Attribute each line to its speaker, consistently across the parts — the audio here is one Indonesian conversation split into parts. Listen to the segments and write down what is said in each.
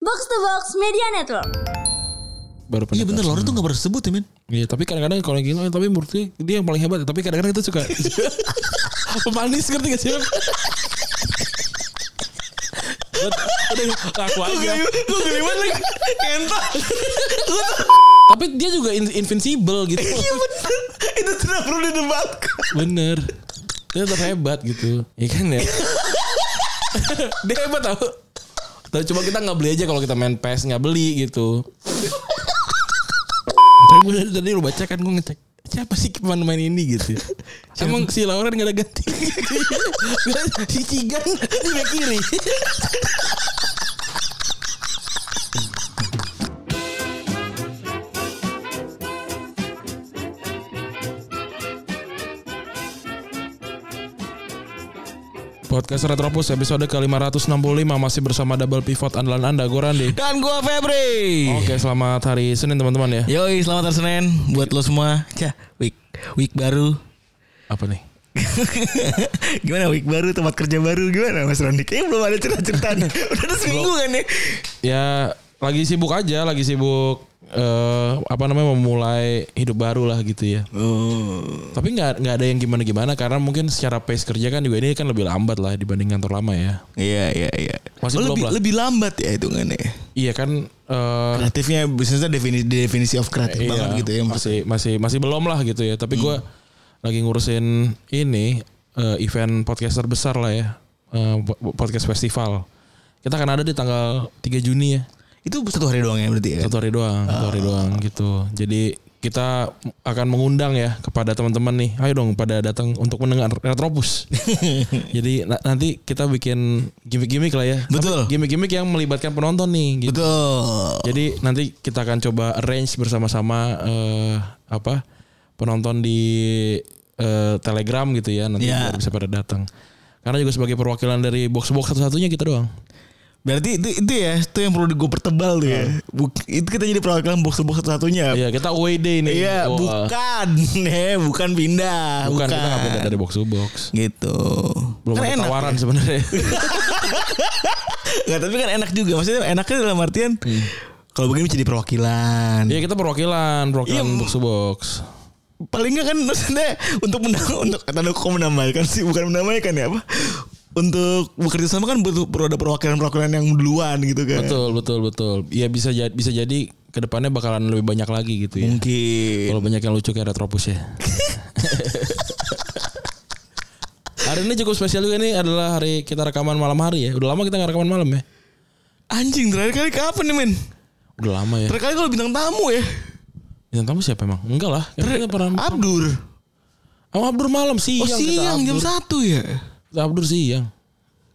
Speaker 1: Box to Box Media Network.
Speaker 2: baru pendapat.
Speaker 3: Iya bener Lauren tuh gak pernah sebut ya men
Speaker 2: Iya, tapi kadang-kadang kalau yang gila, tapi menurut gue dia yang paling hebat. Tapi kadang-kadang itu suka pemanis ngerti gak sih? Udah, aku aja.
Speaker 3: Gue geli banget lagi Entah
Speaker 2: Tapi dia juga in- invincible gitu.
Speaker 3: bener Itu tidak perlu didebatkan
Speaker 2: Bener. Dia tetap hebat gitu. Iya kan ya? dia hebat tau. Tapi cuma kita nggak beli aja kalau kita main PES nggak beli gitu. Tapi gue dari tadi lu baca kan gue ngecek siapa sih pemain-pemain ini gitu. Emang si Lauren gak ada ganti. si Cigan di bek kiri. Podcast Retropus episode ke-565 masih bersama double pivot andalan Anda gue Randy.
Speaker 3: Dan gue Febri
Speaker 2: Oke, selamat hari Senin teman-teman ya.
Speaker 3: Yoi selamat hari Senin Buat lo semua Cah week Week baru
Speaker 2: Apa nih?
Speaker 3: Gimana week baru Tempat kerja baru Gimana Mas Randi Kayaknya belum ada cerita-cerita nih Udah ada seminggu kan ya
Speaker 2: ya lagi sibuk aja lagi sibuk eh apa namanya memulai hidup baru lah gitu ya
Speaker 3: Oh
Speaker 2: tapi nggak nggak ada yang gimana gimana karena mungkin secara pace kerja kan juga ini kan lebih lambat lah dibanding kantor lama ya
Speaker 3: Iya iya iya
Speaker 2: Masih
Speaker 3: Oh,
Speaker 2: belum
Speaker 3: lebih,
Speaker 2: lah.
Speaker 3: lebih lambat ya hitungannya
Speaker 2: iya kan eh
Speaker 3: Kreatifnya Bisnisnya definisi, definisi of kreatif
Speaker 2: iya,
Speaker 3: banget gitu ya Hmm. maksudnya.
Speaker 2: masih masih masih belum lah gitu ya tapi gua lagi ngurusin ini eh, event podcaster besar lah ya Eh, po- podcast festival kita akan ada di tanggal 3 Juni ya
Speaker 3: Itu satu hari doang ya berarti ya
Speaker 2: Satu hari doang, satu hari doang gitu. Jadi kita akan mengundang ya kepada teman-teman nih, ayo dong pada datang untuk mendengar Retropus. Jadi na- nanti kita bikin gimmick-gimmick lah ya.
Speaker 3: Betul.
Speaker 2: Tapi Gimmick-gimmick yang melibatkan penonton nih. Gitu.
Speaker 3: Betul
Speaker 2: Jadi nanti kita akan coba arrange bersama-sama eh, apa penonton di eh, Telegram gitu ya nanti
Speaker 3: Iya.
Speaker 2: biar bisa pada datang. Karena juga sebagai perwakilan dari box-box satu-satunya kita doang.
Speaker 3: Berarti itu, itu ya, itu yang perlu gue pertebal tuh ya. Buk- itu kita jadi perwakilan box box satu-satunya. Iya,
Speaker 2: Iya, kita away day nih. Wah.
Speaker 3: bukan, eh, bukan pindah,
Speaker 2: Bukan,
Speaker 3: bukan.
Speaker 2: kita nggak pindah dari box to box.
Speaker 3: Gitu.
Speaker 2: belum
Speaker 3: kan
Speaker 2: ada
Speaker 3: enak.
Speaker 2: tawaran sebenarnya.
Speaker 3: Nggak, tapi kan enak juga. Maksudnya enaknya dalam artian kalau begini bisa jadi perwakilan.
Speaker 2: Hmm. Iya kita perwakilan, perwakilan
Speaker 3: Iya,
Speaker 2: box to box.
Speaker 3: Paling nggak kan maksudnya untuk mendam- untuk kata lu, kok menamaikan sih, bukan menamaikan ya apa? Untuk bekerja sama kan butuh perlu ada perwakilan-perwakilan yang duluan gitu kan.
Speaker 2: Betul, betul, betul. Iya bisa jadi bisa jadi kedepannya bakalan lebih banyak lagi gitu ya.
Speaker 3: Mungkin.
Speaker 2: Kalau banyak yang lucu kayak Retropus ya. hari ini cukup spesial juga nih adalah hari kita rekaman malam hari ya. Udah lama kita nggak rekaman malam ya.
Speaker 3: Anjing terakhir kali kapan nih men?
Speaker 2: Udah lama ya.
Speaker 3: Terakhir kali kalau bintang tamu ya.
Speaker 2: Yang tamu siapa emang? Enggak lah. Kita nggak pernah.
Speaker 3: Abdur.
Speaker 2: Sama Abdur malam siang.
Speaker 3: Oh siang
Speaker 2: kita
Speaker 3: jam
Speaker 2: Iya, Abdur.
Speaker 3: satu ya.
Speaker 2: Kita Abdur siang.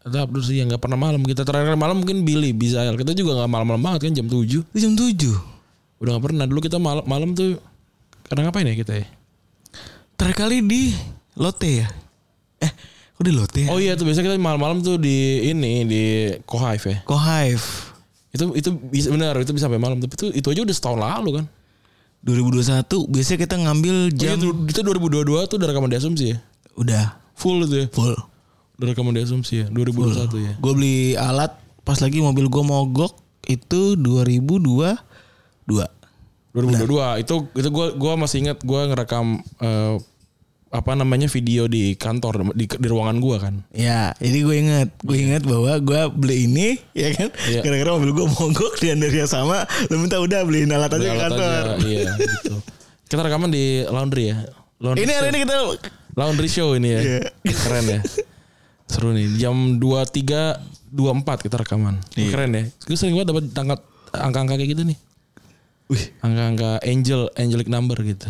Speaker 2: Kita Abdur siang nggak pernah malam. Kita terakhir malam mungkin Billy bisa. Kita juga nggak malam-malam banget kan jam 7.
Speaker 3: Itu jam tujuh.
Speaker 2: Udah gak pernah dulu kita malam malam tuh kadang ngapain ya kita ya?
Speaker 3: Terakhir kali di Lotte ya. Eh, kok di Lotte? ya?
Speaker 2: Oh iya tuh biasanya kita malam-malam tuh di ini di Kohive ya.
Speaker 3: Kohive.
Speaker 2: Itu itu bisa benar itu bisa sampai malam tapi itu itu aja udah setahun lalu kan.
Speaker 3: 2021 biasanya kita ngambil
Speaker 2: Oh,
Speaker 3: jam
Speaker 2: Itu, itu 2022 tuh udah rekaman di asumsi ya.
Speaker 3: udah
Speaker 2: Full itu ya.
Speaker 3: full.
Speaker 2: Udah rekaman di asumsi ya 2021 ya.
Speaker 3: Gue beli alat pas lagi mobil gue mogok itu 2022.
Speaker 2: 2022 itu itu gua gua masih ingat gua ngerekam eh, apa namanya video di kantor di, di ruangan gua kan.
Speaker 3: Ya, jadi gue inget, gue inget bahwa gue beli ini, ya kan?
Speaker 2: Iya.
Speaker 3: Gara-gara mobil gue mogok dan dari yang sama, lu minta udah beliin alat aja ke
Speaker 2: Alat aja,
Speaker 3: kantor.
Speaker 2: iya gitu. Kita rekaman di laundry ya. Laundry
Speaker 3: Ini hari
Speaker 2: shop.
Speaker 3: ini kita
Speaker 2: Laundry show ini ya.
Speaker 3: Iya.
Speaker 2: Keren ya. Seru nih. Jam 23 24 kita rekaman.
Speaker 3: Iya.
Speaker 2: Keren ya. Gue sering banget dapat angkat angka-angka kayak gitu nih.
Speaker 3: Wih,
Speaker 2: Angka-angka angel angelic number gitu.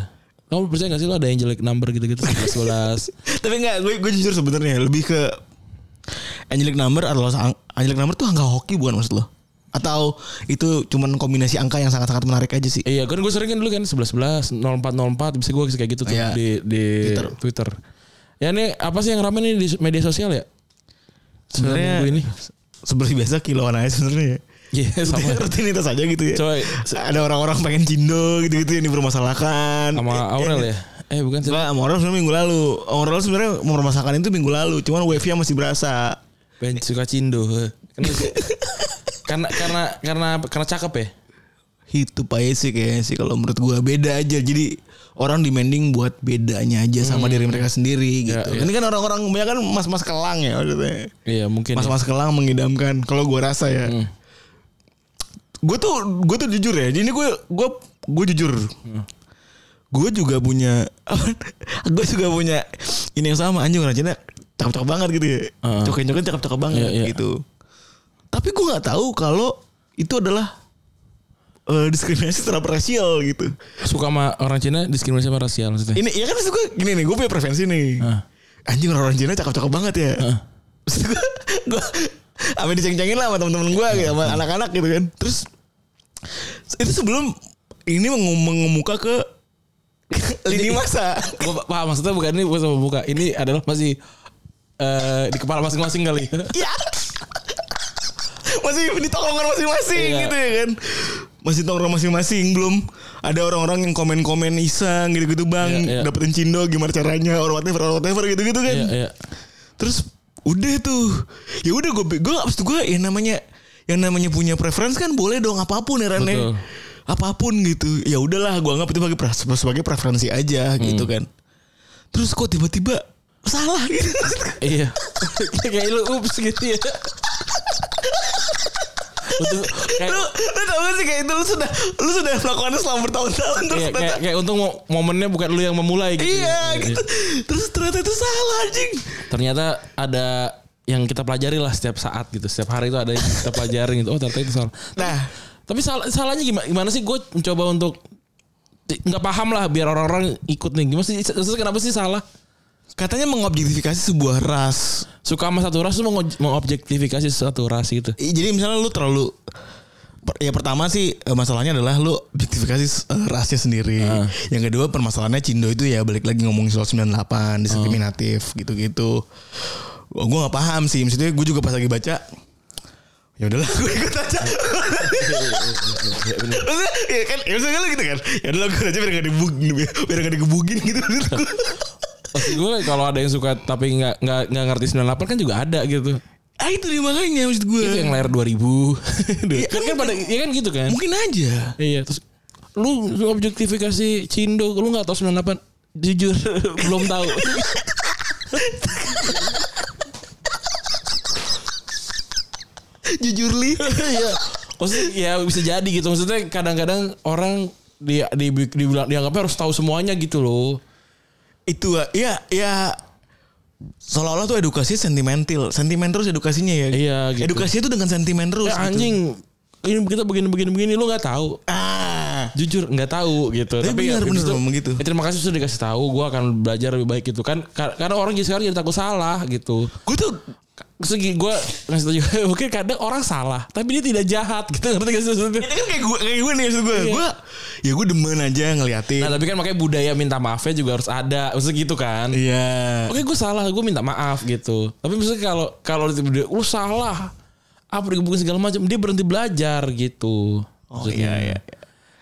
Speaker 2: Kamu percaya gak sih lo ada angelic number gitu-gitu 11 11.
Speaker 3: Tapi enggak, gue, gue jujur sebenarnya lebih ke angelic number adalah angelic number tuh angka hoki bukan maksud lo? Atau itu cuman kombinasi angka yang sangat-sangat menarik aja sih?
Speaker 2: Iya, kan gue sering kan dulu kan 11 11 04 04 bisa gue kayak gitu tuh
Speaker 3: Iya.
Speaker 2: di di Twitter.
Speaker 3: Twitter.
Speaker 2: Ya ini apa sih yang rame nih di media sosial ya?
Speaker 3: Sebenarnya-
Speaker 2: Minggu ini.
Speaker 3: Seperti biasa kilauan aja sebenarnya.
Speaker 2: Iya, sama.
Speaker 3: Rutinitas aja gitu ya.
Speaker 2: Coba
Speaker 3: Ada orang-orang pengen cindo gitu-gitu yang dipermasalahkan.
Speaker 2: sama Aurel ya. Eh bukan sih.
Speaker 3: Coba sama Aurel sebenarnya minggu lalu. Aurel sebenarnya mempermasalahkan itu minggu lalu. Cuman wave-nya masih berasa.
Speaker 2: Ben suka cindo. Kenapa sih? karena karena karena karena cakep ya.
Speaker 3: Itu payah sih kayaknya sih kalau menurut gua beda aja. Jadi orang demanding buat bedanya aja sama diri mereka sendiri gitu.
Speaker 2: iya.
Speaker 3: Ini kan orang-orang banyak kan mas-mas kelang ya maksudnya.
Speaker 2: Iya mungkin. ya.
Speaker 3: Mas-mas kelang mengidamkan kalau gua rasa ya.
Speaker 2: Hmm.
Speaker 3: Gue tuh gue tuh jujur ya. Jadi gue gue gue jujur.
Speaker 2: Hmm.
Speaker 3: Gue juga punya gue juga punya ini yang sama anjing orang Cina cakep-cakep banget gitu ya.
Speaker 2: Heeh.
Speaker 3: Cokin-cokin cakep-cakep banget
Speaker 2: Ah. Iya, iya.
Speaker 3: gitu. Tapi gue nggak tahu kalau itu adalah eh, diskriminasi terhadap rasial gitu.
Speaker 2: Suka sama orang Cina diskriminasi sama rasial maksudnya.
Speaker 3: Ini ya kan maksud gue gini nih, gue punya preferensi nih.
Speaker 2: Ah.
Speaker 3: Anjing orang-orang Cina cakep-cakep banget ya. Maksud gue, gue apa diceng-cengin lah sama temen-temen gue gitu, sama anak-anak gitu kan. Terus itu sebelum ini mengum- mengemuka ke lini masa.
Speaker 2: Gue paham maksudnya bukan ini bukan sama buka. Ini adalah masih eh di kepala masing-masing kali.
Speaker 3: ya. Masih di tongkrongan masing-masing
Speaker 2: Iya.
Speaker 3: gitu ya kan. Masih tongkrong masing-masing belum ada orang-orang yang komen-komen iseng gitu-gitu bang
Speaker 2: Iya, iya.
Speaker 3: dapetin cindo gimana caranya or whatever or whatever gitu-gitu kan.
Speaker 2: Iya iya.
Speaker 3: terus udah tuh ya udah gue gue abis itu gue yang namanya yang namanya punya preference kan boleh dong apapun ya Ran, ya.
Speaker 2: Betul.
Speaker 3: apapun gitu ya udahlah gue anggap itu sebagai pre- sebagai preferensi aja gitu
Speaker 2: Hmm.
Speaker 3: kan terus kok tiba-tiba salah gitu
Speaker 2: Iya. kayak lu ups gitu ya. Untung, kayak,
Speaker 3: lu lu tau gak sih kayak itu lu sudah lu sudah melakukannya selama bertahun-tahun
Speaker 2: kayak,
Speaker 3: terus
Speaker 2: Iya, kayak,
Speaker 3: ternyata-
Speaker 2: kayak untung mo- momennya bukan lu yang memulai gitu.
Speaker 3: iya
Speaker 2: Iya,
Speaker 3: gitu terus ternyata itu salah anjing
Speaker 2: ternyata ada yang kita pelajari lah setiap saat gitu setiap hari itu ada yang kita pelajari gitu oh ternyata itu salah
Speaker 3: nah
Speaker 2: tapi salah, salahnya gimana gimana sih gue mencoba untuk ti- nggak paham lah biar orang-orang ikut nih gimana sih maksudnya kenapa sih salah
Speaker 3: katanya mengobjektifikasi sebuah ras
Speaker 2: suka sama satu ras tuh mengo- mengobjektifikasi satu ras gitu
Speaker 3: I- Iya, jadi misalnya lu terlalu per- ya pertama sih eh, masalahnya adalah lu objektifikasi eh, rasnya sendiri. Yang kedua permasalahannya Cindo itu ya balik lagi ngomongin soal 98 diskriminatif gitu-gitu. Gua gua nggak paham sih maksudnya gue juga pas lagi baca ya udahlah gue ikut aja. Maksudnya, ya kan ya maksudnya lu gitu kan. Ya udahlah gue aja biar gak dibugin biar, biar gak digebugin gitu.
Speaker 2: Maksud gue kalau ada yang suka tapi nggak nggak nggak ngerti 98 kan juga ada gitu
Speaker 3: ah itu ya. dia makanya maksud gue.
Speaker 2: itu yang lahir 2000
Speaker 3: Iya,
Speaker 2: kan, kan pada ya kan gitu kan
Speaker 3: Mungkin aja.
Speaker 2: Iya terus lu objektifikasi Cindo lu nggak tahu 98 jujur belum tahu.
Speaker 3: Jujur li.
Speaker 2: Iya. Maksudnya ya bisa jadi gitu. Maksudnya kadang-kadang orang di di dibilang dianggapnya harus tahu semuanya gitu loh.
Speaker 3: itu ah, ya ya seolah-olah tuh edukasi sentimental sentimen terus edukasinya ya
Speaker 2: Iya, gitu.
Speaker 3: edukasi itu dengan sentimen terus
Speaker 2: Ya,
Speaker 3: gitu.
Speaker 2: anjing ini kita begini begini begini lu nggak tahu.
Speaker 3: ah
Speaker 2: Jujur nggak tahu gitu.
Speaker 3: Tapi benar,
Speaker 2: ya,
Speaker 3: benar
Speaker 2: justru-
Speaker 3: memang gitu.
Speaker 2: ya, terima kasih sudah dikasih tahu. Gua akan belajar lebih baik gitu kan. Kar- Karena orang jadi sekarang jadi takut salah gitu.
Speaker 3: gue tuh
Speaker 2: Segi gue ngasih tau juga mungkin kadang orang salah tapi dia tidak jahat gitu ngerti gak sih maksudnya?
Speaker 3: ini kan kayak gue kayak gue nih maksud gue
Speaker 2: Iya.
Speaker 3: gue ya gue demen aja ngeliatin
Speaker 2: Nah tapi kan makanya budaya minta maafnya juga harus ada Maksudnya gitu kan
Speaker 3: iya
Speaker 2: Oke gue salah gue minta maaf gitu Tapi maksudnya kalau kalau dia lu salah Apa digebukin segala macam Dia berhenti belajar gitu
Speaker 3: oh iya iya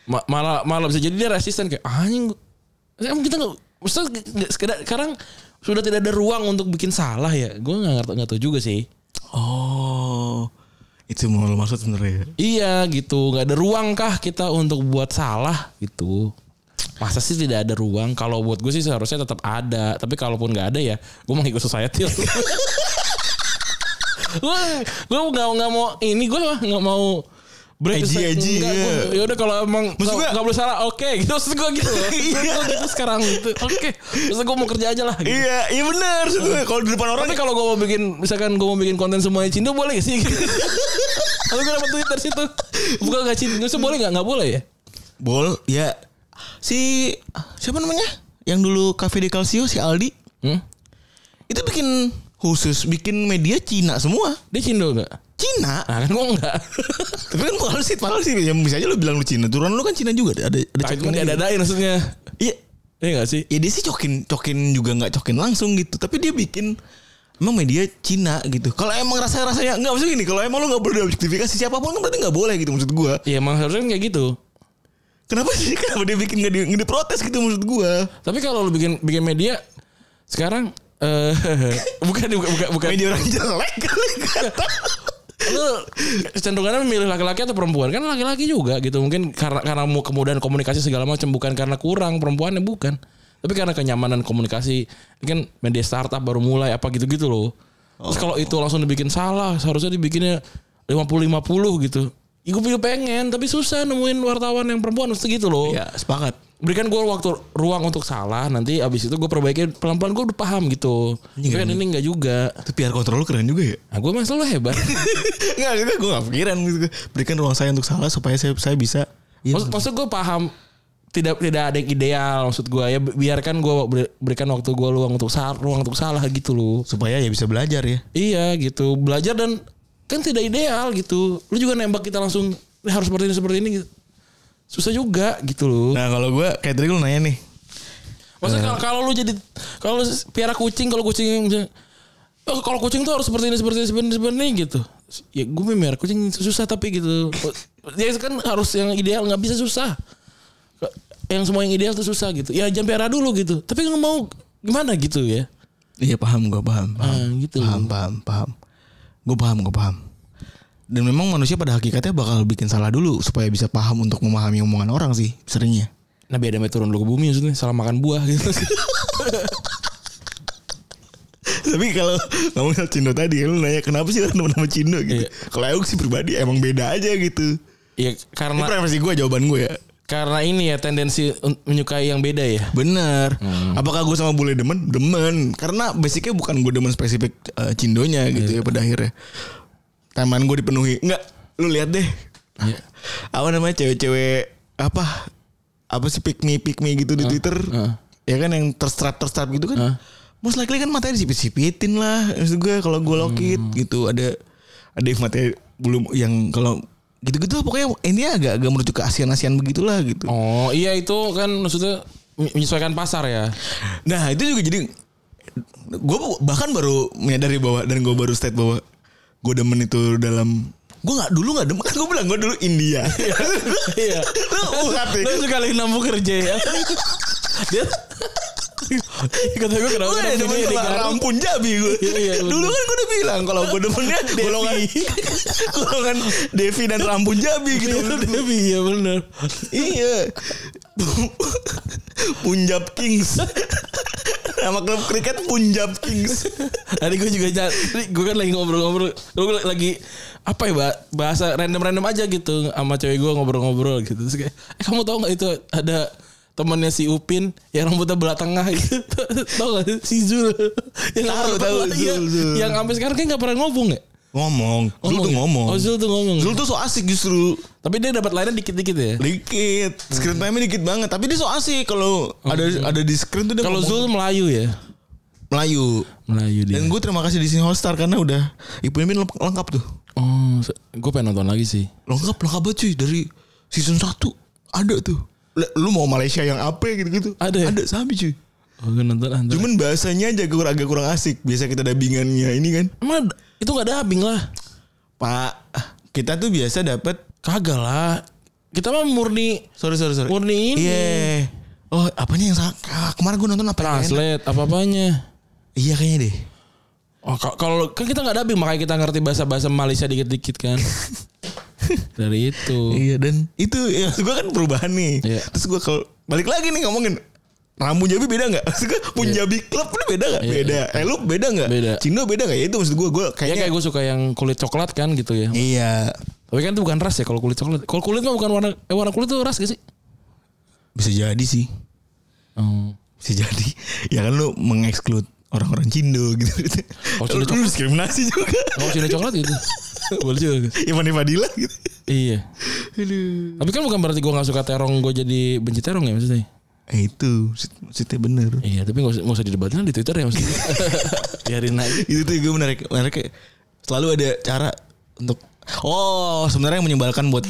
Speaker 2: Ma- malah malah bisa jadi dia resisten kayak anjing emang kita nggak maksudnya nggak sekedar sekarang sudah tidak ada ruang untuk bikin salah ya gue nggak ngerti nggak tahu juga sih
Speaker 3: oh itu mau lo maksud sebenarnya
Speaker 2: iya gitu nggak ada ruang kah kita untuk buat salah gitu masa sih tidak ada ruang kalau buat gue sih seharusnya tetap ada tapi kalaupun nggak ada ya gue mau ikut society lah. gue gue nggak nggak mau ini gue mah nggak mau break
Speaker 3: Edgy,
Speaker 2: society.
Speaker 3: edgy,
Speaker 2: Nggak,
Speaker 3: iya.
Speaker 2: gua- ya udah kalau emang
Speaker 3: Maksud
Speaker 2: kalau
Speaker 3: gua-
Speaker 2: nggak boleh salah oke gitu maksud gue gitu loh
Speaker 3: Iya.
Speaker 2: Gua gitu sekarang gitu oke maksud gue mau kerja aja lah gitu.
Speaker 3: iya iya benar maksud gue kalau di depan orang ya,
Speaker 2: Tapi kalau gue mau bikin misalkan gue mau bikin konten semuanya Cindo boleh gak sih? Lalu gue dapet Twitter situ. Bukan gak Cindo, Maksudnya boleh gak? Gak boleh ya?
Speaker 3: bol ya si siapa namanya yang dulu cafe de calcio si Aldi
Speaker 2: Hmm?
Speaker 3: itu bikin khusus bikin media Cina semua
Speaker 2: Dia Cindo gak?
Speaker 3: Cina
Speaker 2: Nah kan gue enggak.
Speaker 3: tapi kan kalau sih kalau sih ya bisa aja lu bilang lu Cina turunan lu kan Cina juga ada ada
Speaker 2: Nah, cuma
Speaker 3: cokinnya juga.
Speaker 2: diadain maksudnya.
Speaker 3: iya
Speaker 2: Iya gak sih?
Speaker 3: ya dia sih cokin cokin juga nggak cokin langsung gitu tapi dia bikin emang media Cina gitu kalau emang rasa rasanya nggak maksudnya gini kalau emang lu nggak boleh diobjektifikasi siapapun kan berarti nggak boleh gitu maksud gua
Speaker 2: Iya emang harusnya kan kayak gitu.
Speaker 3: kenapa sih kenapa dia bikin nggak di, nggak diprotes gitu maksud gua
Speaker 2: Tapi kalau lu bikin bikin media sekarang eh bukan bukan bukan, bukan.
Speaker 3: media orang jelek kali kata
Speaker 2: lu kecenderungannya memilih laki-laki atau perempuan kan laki-laki juga gitu mungkin karena karena mu kemudahan komunikasi segala macam bukan karena kurang perempuannya bukan tapi karena kenyamanan komunikasi kan media startup baru mulai apa gitu-gitu loh terus kalau itu langsung dibikin salah seharusnya dibikinnya 50-50 gitu Iku pengen tapi susah nemuin wartawan yang perempuan mesti gitu loh
Speaker 3: ya sepakat
Speaker 2: berikan gue waktu ruang untuk salah nanti abis itu gue perbaiki pelan-pelan gue udah paham gitu tapi kan ini enggak juga
Speaker 3: itu PR kontrol lu keren juga ya
Speaker 2: nah, gue masa lu hebat
Speaker 3: Enggak gitu gue gak pikiran gitu. Berikan ruang saya untuk salah supaya saya, saya bisa Iya,
Speaker 2: maksud, maksud gue paham tidak tidak ada yang ideal maksud gue ya bi- biarkan gue ber- berikan waktu gue luang untuk salah ruang untuk salah gitu loh
Speaker 3: supaya ya bisa belajar ya
Speaker 2: iya gitu belajar dan kan tidak ideal gitu lu juga nembak kita langsung "Ini harus seperti ini seperti ini gitu. susah juga gitu loh
Speaker 3: Nah kalau gue kayak tadi lu nanya nih
Speaker 2: Maksudnya kalau, kalau lu jadi kalau lu piara kucing, kalau kucing misalnya, "Oh, kalau kucing tuh harus seperti ini seperti ini seperti ini, seperti ini," gitu. Ya gue memang kucing susah tapi gitu. Dia kan harus yang ideal nggak bisa susah. Yang semua yang ideal tuh susah gitu. Ya jangan piara dulu gitu. Tapi nggak mau gimana gitu ya.
Speaker 3: Iya paham gue paham paham.
Speaker 2: Ah, gitu.
Speaker 3: paham paham paham Gue paham gue paham Dan memang manusia pada hakikatnya bakal bikin salah dulu Supaya bisa paham untuk memahami omongan orang sih Seringnya
Speaker 2: Nabi Adam turun dulu ke bumi maksudnya salah makan buah gitu.
Speaker 3: Tapi kalau ngomong soal Cindo tadi Lu nanya kenapa sih orang nama-nama Cindo
Speaker 2: Iya.
Speaker 3: gitu Kalau aku sih pribadi emang beda aja gitu
Speaker 2: ya
Speaker 3: Ini
Speaker 2: karena
Speaker 3: preferensi gue jawaban gue ya
Speaker 2: karena ini ya tendensi un- menyukai yang beda ya.
Speaker 3: Bener. Apakah gue sama bule demen? Demen. Karena basicnya bukan gue demen spesifik eh, cindonya gitu ya pada akhirnya. Taman gue dipenuhi. Enggak, lu lihat deh. Apa namanya cewek-cewek apa? Apa sih pick me pick me gitu di Twitter? Ya kan yang terstrap terstrap gitu kan. Most likely kan matanya disipit-sipitin lah. Maksud gue kalau gue lokit gitu ada ada yang matanya belum yang kalau gitu-gitu lah pokoknya ini agak agak merujuk ke asian-asian begitulah gitu.
Speaker 2: Oh, iya itu kan maksudnya menyesuaikan pasar ya.
Speaker 3: Nah itu juga jadi gue bahkan baru menyadari bahwa dan gue baru state bahwa gue demen itu dalam gue nggak dulu nggak demen kan gue bilang gue dulu India
Speaker 2: Iya.
Speaker 3: Lu urat ya?
Speaker 2: Lu suka lagi nampu kerja ya. Dia kata gue kenapa
Speaker 3: gue udah demen
Speaker 2: nampunya
Speaker 3: sama
Speaker 2: digaruk?
Speaker 3: rampun jabi gue
Speaker 2: Iya, iya, bener.
Speaker 3: dulu kan gue udah bilang kalau gue demennya golongan golongan Devi dan rampun jabi gitu
Speaker 2: Iya, Devi, Iya benar.
Speaker 3: iya Punjab Kings nama klub kriket Punjab Kings
Speaker 2: Tadi gue juga jalan- tadi gue kan lagi ngobrol-ngobrol. Lu lagi apa ya Ba- bahasa random-random aja gitu sama cewek gue ngobrol-ngobrol gitu. Terus kayak, eh kamu tau nggak itu ada temannya si Upin yang rambutnya belah tengah gitu. tau gak si Zul? Yang
Speaker 3: Tahu,
Speaker 2: rambutnya
Speaker 3: tahu,
Speaker 2: belah- iya.
Speaker 3: Zul, Zul.
Speaker 2: Yang sampai sekarang kayak gak pernah ngomong ya?
Speaker 3: ngomong Zul tuh
Speaker 2: ya?
Speaker 3: ngomong
Speaker 2: Oh Zul tuh ngomong.
Speaker 3: Zul tuh so asik justru
Speaker 2: Tapi dia dapat layanan dikit-dikit ya.
Speaker 3: dikit screen time dikit banget tapi dia so asik kalau ada ada di screen tuh dia
Speaker 2: Kalau
Speaker 3: ngomong
Speaker 2: Zul Melayu ya.
Speaker 3: Melayu
Speaker 2: Melayu dia.
Speaker 3: dan gue terima kasih di sini Hotstar karena udah Ibu Mimin lengk- lengkap tuh
Speaker 2: oh, gue pengen nonton lagi sih.
Speaker 3: lengkap lengkap banget cuy dari season 1 ada tuh L- lu mau Malaysia yang apa gitu-gitu
Speaker 2: Ada ya?
Speaker 3: ada sampai cuy
Speaker 2: Oh, gue nonton antar.
Speaker 3: cuman bahasanya aja gue agak kurang asik biasa kita dabingannya ini kan
Speaker 2: Emang ada- itu gak ada abing lah.
Speaker 3: pak kita tuh biasa dapat
Speaker 2: Kagak lah. Kita mah murni
Speaker 3: sorry sorry sorry
Speaker 2: murni ini.
Speaker 3: iya oh apanya yang salah Ah, kemarin gue nonton apa yang enak?
Speaker 2: Translate apa-apanya.
Speaker 3: iya kayaknya deh
Speaker 2: Oh, ka- kalau kan kita nggak ada abing makanya kita ngerti bahasa-bahasa Malaysia dikit-dikit kan. Dari itu.
Speaker 3: Iya dan itu ya gue kan perubahan nih.
Speaker 2: Iya.
Speaker 3: Terus gue kalau balik lagi nih ngomongin Rambu Jabi beda nggak? Maksud gue Punjabi Club ini beda nggak?
Speaker 2: Iya.
Speaker 3: Beda. Eh lu beda nggak?
Speaker 2: Beda.
Speaker 3: Cino beda nggak? Ya itu maksud gue gue
Speaker 2: Ya
Speaker 3: kayaknya.
Speaker 2: kayak gue suka yang kulit coklat kan gitu ya.
Speaker 3: Iya.
Speaker 2: Tapi kan itu bukan ras ya kalau kulit coklat. Kalau kulit mah bukan warna eh warna kulit tuh ras gak sih?
Speaker 3: Bisa jadi sih.
Speaker 2: Oh.
Speaker 3: Bisa jadi. Ya kan lu mengeksklud orang-orang Cindo gitu.
Speaker 2: Oh,
Speaker 3: lu,
Speaker 2: Cindo
Speaker 3: lu diskriminasi juga.
Speaker 2: Kalau kulit coklat gitu. Boleh juga. guys.
Speaker 3: Ivan Fadila gitu.
Speaker 2: Iya.
Speaker 3: Aduh.
Speaker 2: Tapi kan bukan berarti gue gak suka terong Gue jadi benci terong ya maksudnya
Speaker 3: Eh, itu maksud- maksudnya bener.
Speaker 2: Iya tapi gak usah, nggak usah didebatin lah di Twitter ya maksudnya Biarin aja
Speaker 3: itu tuh gue menarik menarik selalu ada cara untuk oh sebenarnya yang menyebalkan buat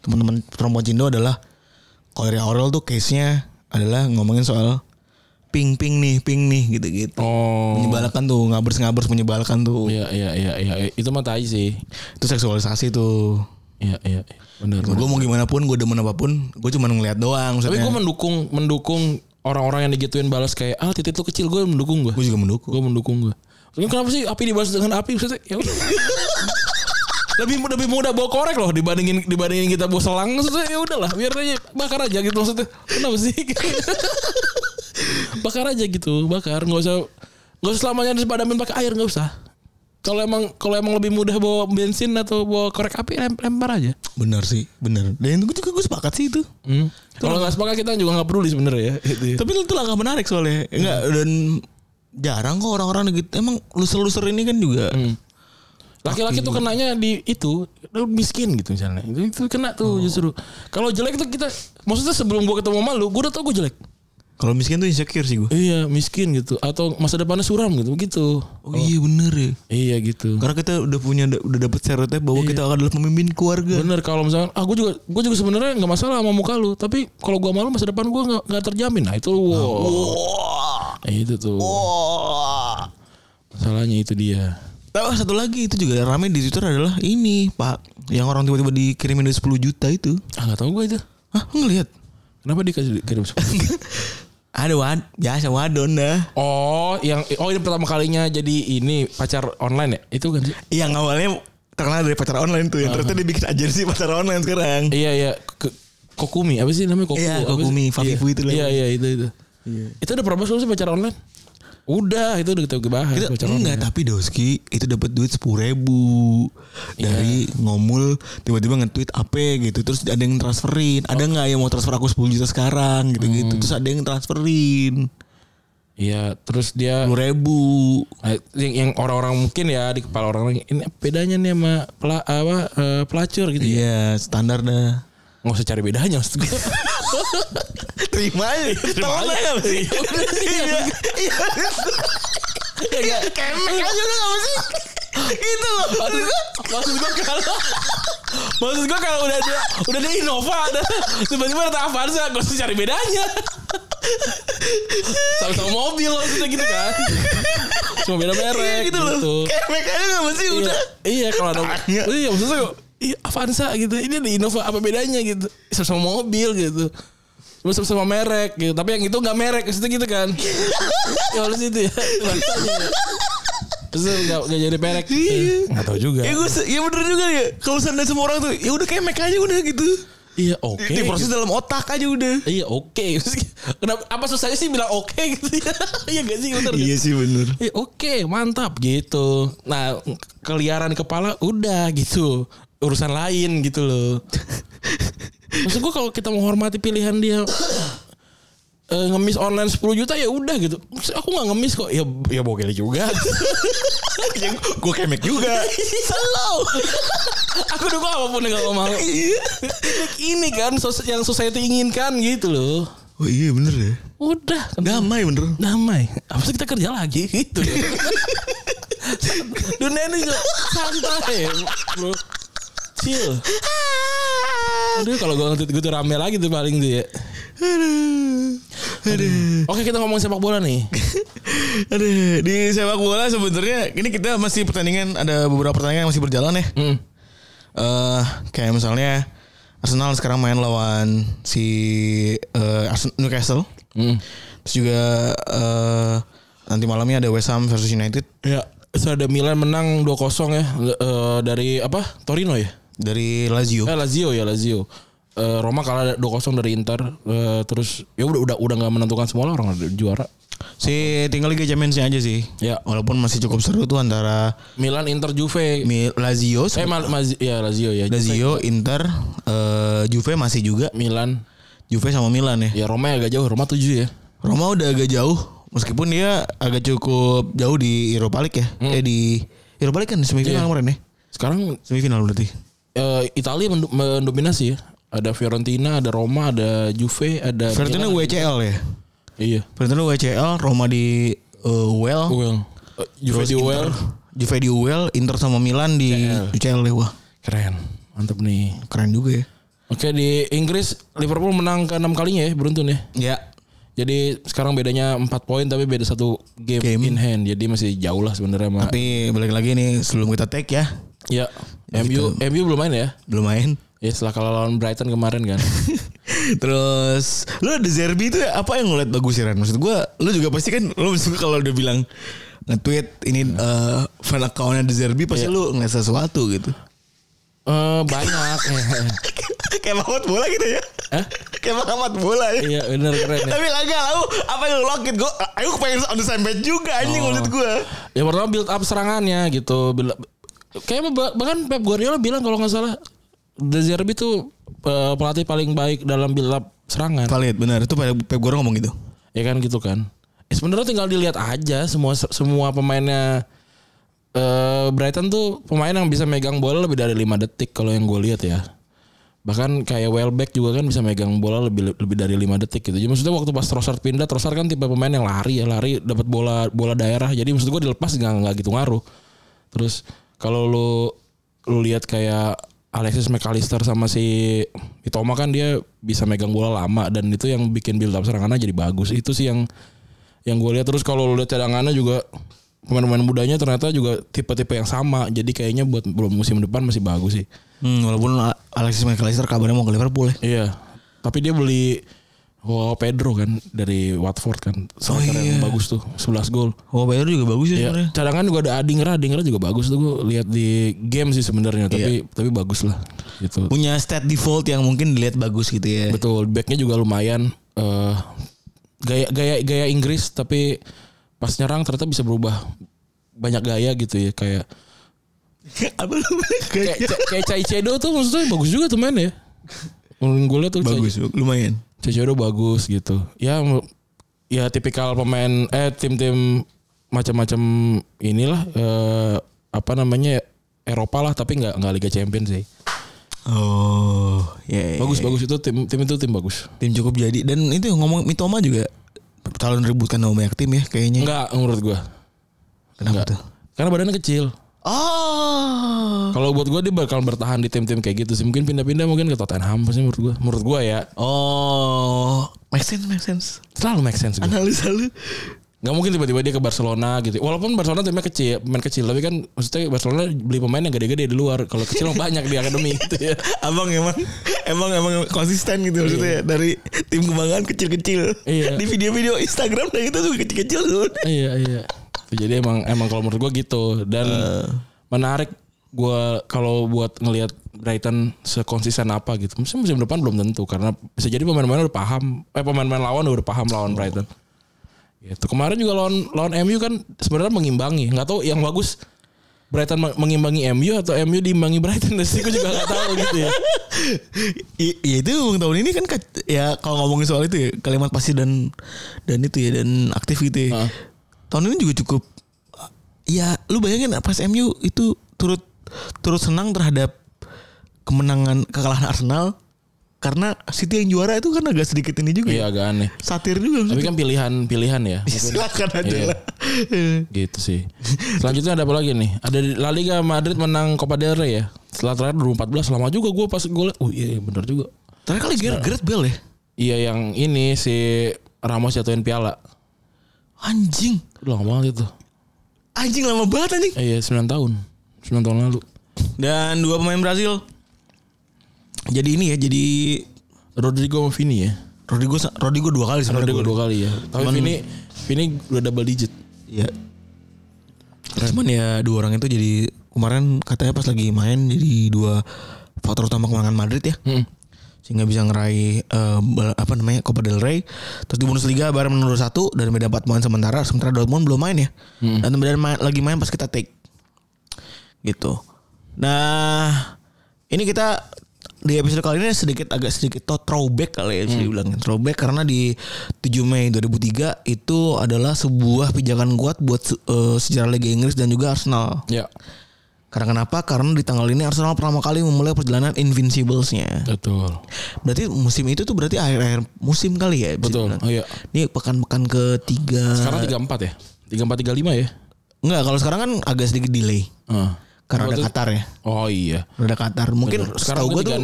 Speaker 3: teman-teman perempuan Cindo adalah kalau dari Aurel tuh case nya adalah ngomongin soal ping ping nih ping nih gitu gitu
Speaker 2: Oh
Speaker 3: menyebalkan tuh ngabers ngabers menyebalkan tuh
Speaker 2: Iya iya iya iya Itu mah tai sih
Speaker 3: itu seksualisasi tuh
Speaker 2: Iya iya iya. Bener
Speaker 3: gue mau gimana pun gue demen apapun gue cuma ngeliat
Speaker 2: Tapi
Speaker 3: doang maksudnya
Speaker 2: gue mendukung Mendukung orang-orang yang digituin balas kayak Ah titik lu kecil gue mendukung gue
Speaker 3: gue juga mendukung
Speaker 2: Gue mendukung gue Maksudnya kenapa sih api dibalas dengan api maksudnya ya udah. lebih muda lebih mudah bawa korek loh dibandingin dibandingin kita bawa selang maksudnya ya udahlah biar aja bakar aja gitu maksudnya kenapa sih bakar aja gitu bakar nggak usah nggak usah selamanya harus padamin pakai air nggak usah kalau emang kalau emang lebih mudah bawa bensin atau bawa korek api lem- lempar aja
Speaker 3: Bener sih, bener. Dan itu juga gue sepakat sih itu.
Speaker 2: Hmm. Kalau nggak sepakat kita juga nggak peduli sebenarnya ya. Gitu ya.
Speaker 3: Tapi itu langkah menarik soalnya. Enggak dan jarang kok orang-orang gitu. Emang loser-loser ini kan juga
Speaker 2: Laki-laki tuh kenanya di itu lu miskin gitu misalnya. Itu, itu kena tuh justru. Kalau jelek tuh kita maksudnya sebelum gua ketemu sama lu, gua udah tau gua jelek.
Speaker 3: kalau miskin tuh insecure sih gue.
Speaker 2: Iya, miskin gitu atau masa depannya suram gitu. Gitu.
Speaker 3: Oh, iya bener ya.
Speaker 2: Iya gitu.
Speaker 3: Karena kita udah punya udah dapet stereotip bahwa kita adalah pemimpin keluarga.
Speaker 2: Bener kalau misalkan ah gua juga gua juga sebenarnya nggak masalah sama muka lu, tapi kalau gua malu masa depan gua nggak nggak terjamin. Nah, itu wow. Itu tuh.
Speaker 3: Wah.
Speaker 2: Masalahnya itu dia.
Speaker 3: Tahu Oh. satu lagi itu juga rame di Twitter adalah ini, Pak. Yang orang tiba-tiba dikirimin duit 10 juta itu.
Speaker 2: Ah nggak tahu gua itu.
Speaker 3: Hah, lu ngelihat?
Speaker 2: Kenapa dikasih kirim sepuluh?
Speaker 3: Ada wad, biasa wadon dah.
Speaker 2: Oh, yang oh ini pertama kalinya jadi ini pacar online ya? Itu kan sih?
Speaker 3: Yang awalnya terkenal dari pacar online tuh, yang ternyata dia bikin agensi pacar online sekarang.
Speaker 2: Iya iya. Ke- Kokumi apa sih namanya Kokumi?
Speaker 3: Iya,
Speaker 2: Apa sih?
Speaker 3: Kokumi, Favivu
Speaker 2: Iya.
Speaker 3: itu lah.
Speaker 2: Iya iya itu itu. Itu udah berapa sih pacar online? Udah, itu udah kita bahas
Speaker 3: Kita,
Speaker 2: pacar
Speaker 3: enggak,
Speaker 2: online.
Speaker 3: tapi Doski itu dapat duit sepuluh ribu dari ngomul tiba-tiba nge-tweet apa gitu, terus ada yang transferin, ada nggak yang mau transfer aku 10 juta sekarang gitu-gitu, terus ada yang transferin
Speaker 2: Iya, terus dia
Speaker 3: sepuluh ribu.
Speaker 2: Nah, yang, yang orang-orang mungkin ya di kepala orang ini apa bedanya nih sama pela, apa, eh, pelacur gitu ya.
Speaker 3: Iya standar dah.
Speaker 2: Nggak usah cari bedanya maksud gue.
Speaker 3: Terima aja, telan aja
Speaker 2: iya.
Speaker 3: nggak sih? Iya, iya, iya, kemek aja udah nggak sih? Gitu loh.
Speaker 2: maksud, maksud gue kalau maksud gue kalau udah dia udah dia Innova ada tiba-tiba ada Avanza gue usah cari bedanya sama-sama mobil maksudnya gitu kan cuma beda
Speaker 3: Iya
Speaker 2: merek
Speaker 3: gitu loh. Kemek aja nggak sih
Speaker 2: Iya,
Speaker 3: udah.
Speaker 2: iya kalau ada
Speaker 3: Tanya.
Speaker 2: iya maksudnya kok, iya Avanza gitu ini ada Innova apa bedanya gitu sama-sama mobil gitu cuma sama-sama merek gitu tapi yang itu nggak merek maksudnya gitu kan ya harus itu ya rasanya ya. terus nggak nggak jadi merek
Speaker 3: Iya.
Speaker 2: nggak tahu juga
Speaker 3: Ya gue ya bener juga ya. Kalau sandal semua orang tuh ya udah kemek aja udah gitu.
Speaker 2: Iya oke.
Speaker 3: Diproses dalam otak aja udah.
Speaker 2: Iya oke. Kenapa apa susahnya sih bilang oke gitu ya? Iya gak sih bener. nggak?
Speaker 3: sih bener.
Speaker 2: Iya, oke, mantap gitu. Nah, keliaran kepala udah gitu. Urusan lain gitu loh. Maksud gua kalau kita menghormati pilihan dia eh, ngemis online 10 juta ya udah gitu. Maksud aku nggak ngemis kok. Ya ya bogel juga.
Speaker 3: gue kemek juga.
Speaker 2: Slow. aku dukung apapun yang kamu mau. Iya,
Speaker 3: Iya.
Speaker 2: Ini kan sos- yang society inginkan gitu loh.
Speaker 3: Oh iya bener ya.
Speaker 2: Udah,
Speaker 3: Damai bener.
Speaker 2: damai. Apa sih kita kerja lagi gitu ya. Dunia ini juga santai, bro. Chill. Aduh, kalau gue ngetit gue tuh rame lagi tuh paling tuh ya.
Speaker 3: Aduh. Aduh.
Speaker 2: Oke, kita ngomong sepak bola nih.
Speaker 3: Aduh. Di sepak bola sebenarnya ini kita masih pertandingan ada beberapa pertandingan yang masih berjalan ya.
Speaker 2: Hmm.
Speaker 3: eh kayak misalnya Arsenal sekarang main lawan si eh, Arsen- Newcastle.
Speaker 2: Hmm.
Speaker 3: Terus juga eh nanti malamnya ada West Ham versus United
Speaker 2: Ya, terus ada Milan menang 2-0 ya eh, dari apa? Torino ya?
Speaker 3: dari Lazio.
Speaker 2: Eh Lazio ya Lazio. Eh, Roma kalah 2-0 dari Inter Eh, terus ya udah udah udah nggak menentukan semua lah orang udah juara.
Speaker 3: Si tinggal Liga Champions aja sih.
Speaker 2: Ya.
Speaker 3: Walaupun masih cukup seru tuh antara
Speaker 2: Milan Inter Juve.
Speaker 3: Mi- Lazio,
Speaker 2: eh Mal- Maz- ya Lazio ya.
Speaker 3: Lazio, Inter, eh, Juve masih juga.
Speaker 2: Milan.
Speaker 3: Juve sama Milan
Speaker 2: Ya
Speaker 3: ya.
Speaker 2: Roma agak jauh, Roma 7 ya.
Speaker 3: Roma udah agak jauh, meskipun dia agak cukup jauh di Europa League ya. Eh di Europa League kan semifinal kemarin ya.
Speaker 2: Sekarang
Speaker 3: Semifinal berarti.
Speaker 2: eh, Italia mendu- mendominasi ya. Ada Fiorentina, ada Roma, ada Juve, ada
Speaker 3: Fiorentina
Speaker 2: Milan.
Speaker 3: WCL ya.
Speaker 2: Iya.
Speaker 3: Fiorentina WCL, Roma di eh, UEL,
Speaker 2: Well. Eh, Juve di
Speaker 3: Inter-
Speaker 2: well.
Speaker 3: Juve di UEL, Inter sama Milan di UCL ya. Wah,
Speaker 2: Keren. Mantap nih.
Speaker 3: keren juga ya.
Speaker 2: Oke di Inggris Liverpool menang ke 6 kalinya ya beruntun ya.
Speaker 3: Ya,
Speaker 2: Jadi sekarang bedanya 4 poin tapi beda satu game,
Speaker 3: Game.
Speaker 2: in hand. Jadi masih jauh lah sebenarnya sama.
Speaker 3: tapi balik lagi nih sebelum kita take ya,
Speaker 2: ya, MU MU belum main ya.
Speaker 3: belum main.
Speaker 2: Ya setelah kalah lawan Brighton kemarin kan.
Speaker 3: Terus lu ada Zerbi itu apa yang ngeliat bagus sih Ren? Maksud gua lu juga pasti kan lu suka kalau udah bilang Iya. nge-tweet ini eh, fan accountnya The Zerbi pasti lu ngeliat sesuatu gitu.
Speaker 2: Eh, banyak. Eh, eh.
Speaker 3: kayak pengamat bola gitu ya
Speaker 2: Hah?
Speaker 3: kayak pengamat bola ya
Speaker 2: Iya bener keren ya.
Speaker 3: tapi lah gak lau apa yang lu lockit gue aku pengen on the same page juga anjing
Speaker 2: Oh.
Speaker 3: menurut gue
Speaker 2: Ya pertama build up serangannya gitu. Bila- Kayaknya bah- bahkan Pep Guardiola bilang kalau nggak salah De Zerbi tuh eh, pelatih paling baik dalam build up serangan.
Speaker 3: valid benar itu Pep Guardiola ngomong gitu
Speaker 2: Ya kan gitu kan. Ya sebenarnya tinggal dilihat aja semua semua pemainnya eh Brighton tuh pemain yang bisa megang bola lebih dari 5 detik kalau yang gue lihat ya. Bahkan kayak Welbeck juga kan bisa megang bola lebih lebih dari 5 detik gitu. Jadi maksudnya waktu pas Trossard pindah, Trossard kan tipe pemain yang lari ya, lari dapat bola bola daerah. Jadi maksud gue dilepas nggak nggak gitu ngaruh. Terus kalau lu lu lihat kayak Alexis McAllister sama si Mitoma kan dia bisa megang bola lama dan itu yang bikin build up serangannya jadi bagus. Itu sih yang yang gue lihat terus kalau lu lihat cadangannya juga pemain-pemain mudanya ternyata juga tipe-tipe yang sama. Jadi kayaknya buat buat musim depan masih bagus sih.
Speaker 3: hmm, walaupun A- Alexis McAllister kabarnya mau ke Liverpool ya
Speaker 2: Iya. Tapi dia beli Wow Pedro kan dari Watford kan. Striker yang bagus tuh 11 gol.
Speaker 3: oh Bayern juga bagus
Speaker 2: Iya.
Speaker 3: ya sebenarnya
Speaker 2: Cadangan juga ada Adingra, Adingra juga bagus tuh gue lihat di game sih sebenarnya tapi tapi bagus lah gitu.
Speaker 3: punya stat default yang mungkin dilihat bagus gitu ya
Speaker 2: Betul, backnya juga lumayan eh gaya gaya gaya Inggris tapi pas nyerang ternyata bisa berubah banyak gaya gitu ya kayak
Speaker 3: apa lu
Speaker 2: kayak kayak Caicedo tuh maksudnya bagus juga tuh main ya. Menurut gue liat tuh Cai-
Speaker 3: bagus lumayan
Speaker 2: Caicedo bagus gitu. Ya mu- ya tipikal pemain eh tim-tim macam-macam inilah eh, apa namanya Eropa lah tapi nggak nggak Liga Champions sih.
Speaker 3: oh ya
Speaker 2: Bagus bagus itu tim tim itu tim bagus.
Speaker 3: tim cukup jadi dan itu yang ngomong Mitoma juga calon ributkan sama banyak tim ya kayaknya
Speaker 2: Enggak menurut gua.
Speaker 3: kenapa
Speaker 2: enggak.
Speaker 3: tuh
Speaker 2: Karena badannya kecil.
Speaker 3: oh
Speaker 2: Kalau buat gua dia bakal bertahan di tim-tim kayak gitu sih. Mungkin pindah-pindah mungkin ke Tottenham sih menurut gua. Menurut gua ya.
Speaker 3: Oh, make sense, make sense.
Speaker 2: Terlalu make sense gua.
Speaker 3: Analisa lu.
Speaker 2: Gak mungkin tiba-tiba dia ke Barcelona gitu. Walaupun Barcelona timnya kecil, pemain kecil, tapi kan maksudnya Barcelona beli pemain yang gede-gede di luar. Kalau kecil mah banyak di akademi gitu ya.
Speaker 3: Abang emang emang emang konsisten gitu maksudnya dari tim kebanggaan kecil-kecil.
Speaker 2: Iya.
Speaker 3: Di video-video Instagram dan itu tuh kecil-kecil tuh.
Speaker 2: iya iya. Jadi emang emang kalau menurut gue gitu dan menarik gue kalau buat ngelihat Brighton sekonsisten apa gitu. Musim musim depan belum tentu karena bisa jadi pemain-pemain udah paham, eh pemain-pemain lawan udah paham lawan Brighton. Gitu. Kemarin juga lawan lawan MU kan sebenarnya mengimbangi. Nggak tahu yang bagus Brighton me- mengimbangi MU atau MU diimbangi Brighton. Jadi gue juga nggak tahu gitu ya.
Speaker 3: I- ya itu ulang tahun ini kan ke- ya kalau ngomongin soal itu ya kalimat pasti dan dan itu ya dan aktif gitu ya.
Speaker 2: Heeh.
Speaker 3: Tahun ini juga cukup ya lu bayangin pas MU itu turut turut senang terhadap kemenangan kekalahan Arsenal karena City yang juara itu kan agak sedikit ini juga
Speaker 2: Iya
Speaker 3: ya.
Speaker 2: agak aneh.
Speaker 3: Satir juga
Speaker 2: Tapi kan pilihan-pilihan ya.
Speaker 3: Ya, silakan aja
Speaker 2: Iya.
Speaker 3: lah.
Speaker 2: Gitu sih. Selanjutnya ada apa lagi nih? Ada di La Liga Madrid menang Copa del Rey ya. Setelah terakhir 2014 lama juga gue pas gue liat. Oh iya bener juga.
Speaker 3: Terakhir kali Gareth, Gareth Bale ya.
Speaker 2: Iya yang ini si Ramos jatuhin piala.
Speaker 3: Anjing.
Speaker 2: Udah lama banget itu.
Speaker 3: Anjing lama banget anjing.
Speaker 2: Eh, iya 9 tahun. 9 tahun lalu.
Speaker 3: Dan dua pemain Brazil. Jadi ini ya, jadi
Speaker 2: Rodrigo sama Vini ya.
Speaker 3: Rodrigo Rodrigo dua kali sebenarnya.
Speaker 2: Rodrigo
Speaker 3: gua.
Speaker 2: dua kali ya. Tapi
Speaker 3: Cuman-
Speaker 2: Vini Vini udah double digit.
Speaker 3: Iya. Cuman ya dua orang itu jadi kemarin katanya pas lagi main jadi dua faktor utama kemenangan Madrid ya.
Speaker 2: Mm.
Speaker 3: Sehingga bisa ngeraih eh, bal- apa namanya Copa del Rey. Terus di Bundesliga Bayern menurut satu dan beda empat poin sementara. Sementara Dortmund belum main ya. Dan beda main, lagi main pas kita take. Gitu. Nah ini kita di episode kali ini sedikit agak sedikit to- throwback kali ya bisa dibilang throwback karena di 7 Mei 2003 itu adalah sebuah pijakan kuat buat se- eh, sejarah Liga Inggris dan juga Arsenal.
Speaker 2: Ya.
Speaker 3: Karena kenapa? Karena di tanggal ini Arsenal pertama kali memulai perjalanan Invincibles-nya.
Speaker 2: Betul.
Speaker 3: Berarti musim itu tuh berarti akhir-akhir musim kali ya? bisa
Speaker 2: Betul.
Speaker 3: dibilang.
Speaker 2: Oh iya.
Speaker 3: Ini pekan-pekan ketiga.
Speaker 2: Sekarang 34 ya. 34 35 ya.
Speaker 3: Enggak, kalau sekarang kan agak sedikit delay.
Speaker 2: Ah.
Speaker 3: Karena ada
Speaker 2: Waktu-
Speaker 3: Qatar ya.
Speaker 2: Oh iya.
Speaker 3: Ada Qatar. Mungkin
Speaker 2: Sekarang
Speaker 3: setahu gue tuh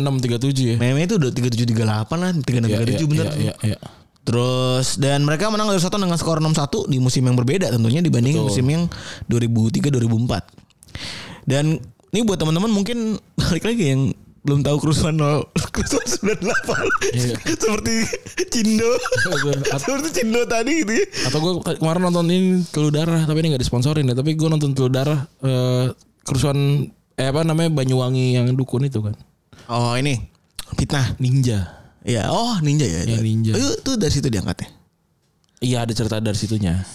Speaker 2: 36 37 ya.
Speaker 3: meme itu udah 3738 lah,
Speaker 2: Iya,
Speaker 3: 3637
Speaker 2: iya,
Speaker 3: bener.
Speaker 2: Iya, iya, iya.
Speaker 3: Terus dan mereka menang 1 dengan skor 6-1 di musim yang berbeda tentunya dibanding musim yang 2003-2004. Dan ini buat teman-teman mungkin balik lagi yang belum tahu kerusuhan 0 kerusuhan 98
Speaker 2: Iya.
Speaker 3: seperti Cindo
Speaker 2: At-
Speaker 3: seperti Cindo tadi gitu ya.
Speaker 2: Atau gue kemarin nonton ini telur darah tapi ini nggak disponsorin ya. Tapi gue nonton telur darah eh, kerusuhan eh apa namanya Banyuwangi yang dukun itu kan.
Speaker 3: Oh ini fitnah.
Speaker 2: Ninja.
Speaker 3: Ya, oh ninja ya.
Speaker 2: Ya, ninja.
Speaker 3: Oh, itu dari situ diangkatnya.
Speaker 2: Iya ada cerita dari situnya.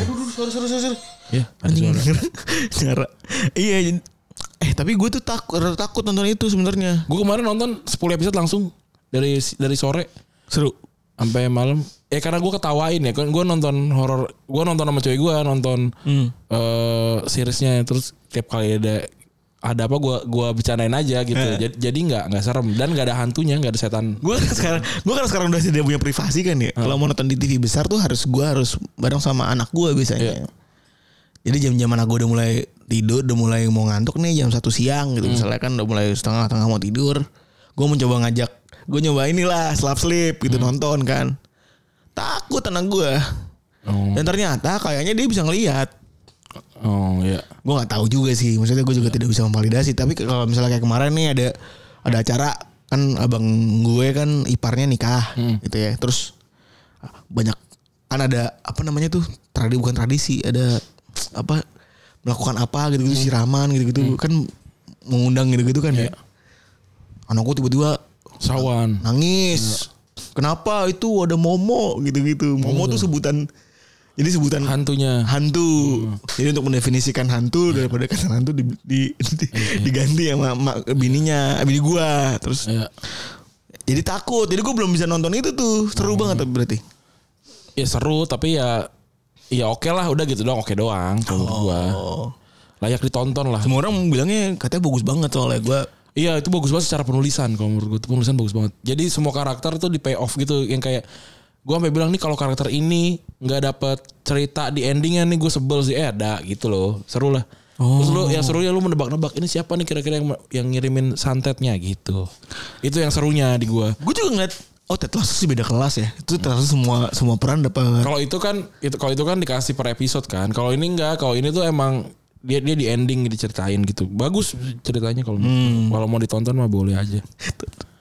Speaker 3: Aduh, suara suara suara. suara.
Speaker 2: Ya, ada suara.
Speaker 3: Suara. Iya. j- Eh, tapi gue tuh takut rada takut nonton itu sebenarnya.
Speaker 2: Gue kemarin nonton 10 episode langsung dari dari sore
Speaker 3: Seru.
Speaker 2: sampai malam. Ya karena gue ketawain ya kan gue nonton horor gue nonton sama cewek gue nonton eh seriesnya terus tiap kali ada ada apa gue gua bercandain aja gitu jadi jadi nggak nggak serem dan nggak ada hantunya nggak ada setan
Speaker 3: Gue kan sekarang gue kan sekarang udah tidak punya privasi kan ya. Kalau mau nonton di TV besar tuh harus gue harus bareng sama anak gue biasanya. Jadi jam-jam anak gue udah mulai tidur, udah mulai mau ngantuk nih jam satu siang gitu. Misalnya kan udah mulai setengah tengah mau tidur. Gue mencoba ngajak, gue nyoba inilah slap sleep gitu nonton kan. Takut anak gue.
Speaker 2: oh,
Speaker 3: Dan ternyata kayaknya dia bisa ngelihat.
Speaker 2: oh ya
Speaker 3: gue nggak tahu juga sih maksudnya gue juga tidak bisa memvalidasi tapi ke- kalau misalnya kayak kemarin nih ada ada acara kan abang gue kan iparnya nikah gitu ya terus ah, banyak kan ada apa namanya tuh tradisi bukan tradisi ada apa melakukan apa gitu gitu siraman gitu gitu kan mengundang gitu gitu kan ya anakku tiba-tiba
Speaker 2: sawan
Speaker 3: nangis kenapa itu ada momo gitu gitu momo tuh sebutan jadi sebutan
Speaker 2: hantunya
Speaker 3: hantu. Jadi untuk mendefinisikan hantu daripada kata hantu di, di- di- diganti sama mak bininya, eh, bini gua. Terus
Speaker 2: ya
Speaker 3: jadi takut. Jadi gua belum bisa nonton itu tuh. Seru banget tapi berarti.
Speaker 2: ya seru tapi ya ya oke lah udah gitu doang oke doang kalau
Speaker 3: Oh.
Speaker 2: menurut gua layak ditonton lah
Speaker 3: Semua orang bilangnya katanya bagus banget soalnya gua
Speaker 2: iya itu bagus banget secara penulisan kalau menurut gua Itu penulisan bagus banget jadi semua karakter tuh di pay off gitu yang kayak gua sampai bilang nih kalau karakter ini nggak dapet cerita di endingnya nih gue sebel sih eh ada gitu loh seru lah Terus lu yang serunya lu menebak-nebak ini siapa nih kira-kira yang yang ngirimin santetnya gitu. Itu yang serunya di gua.
Speaker 3: gua juga ngeliat oh Ted Lasso sih beda kelas ya. Itu Ted Lasso semua semua peran dapat
Speaker 2: Kalau itu kan itu kalau itu kan dikasih per episode kan. Kalau ini enggak, kalau ini tuh emang dia dia di ending diceritain gitu. Bagus ceritanya kalau kalau mau ditonton mah boleh aja.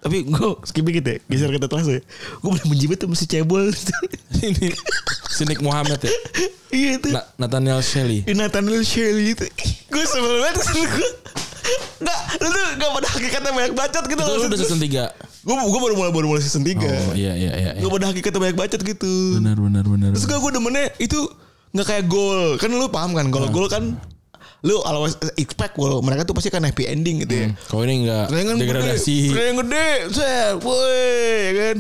Speaker 3: tapi gua skip dikit ya, geser ke Ted Lasso ya. Gua bener menjibat tuh masih cebol.
Speaker 2: Ini Sinik Muhammad ya.
Speaker 3: iya itu.
Speaker 2: Na- Nathaniel Shelley.
Speaker 3: Nathaniel Shelley itu Gue gitu. sebel banget gue Nggak, lu tuh nggak pada hakikatnya banyak bacot gitu
Speaker 2: Itu
Speaker 3: loh.
Speaker 2: lu udah season 3.
Speaker 3: Gue gue baru mulai baru mulai season 3
Speaker 2: Oh iya iya iya. iya.
Speaker 3: Gak pada hakikatnya banyak bacot gitu
Speaker 2: Benar benar benar.
Speaker 3: Terus gue gue demennya itu nggak kayak gol Kan lu paham kan
Speaker 2: Hmm.
Speaker 3: Kalau gol kan Lu always expect kalau Mereka tuh pasti kan happy ending gitu ya
Speaker 2: Kalau ini enggak
Speaker 3: Keren kan
Speaker 2: Hmm. degradasi.
Speaker 3: gede, keren gede, set, woi, ya kan.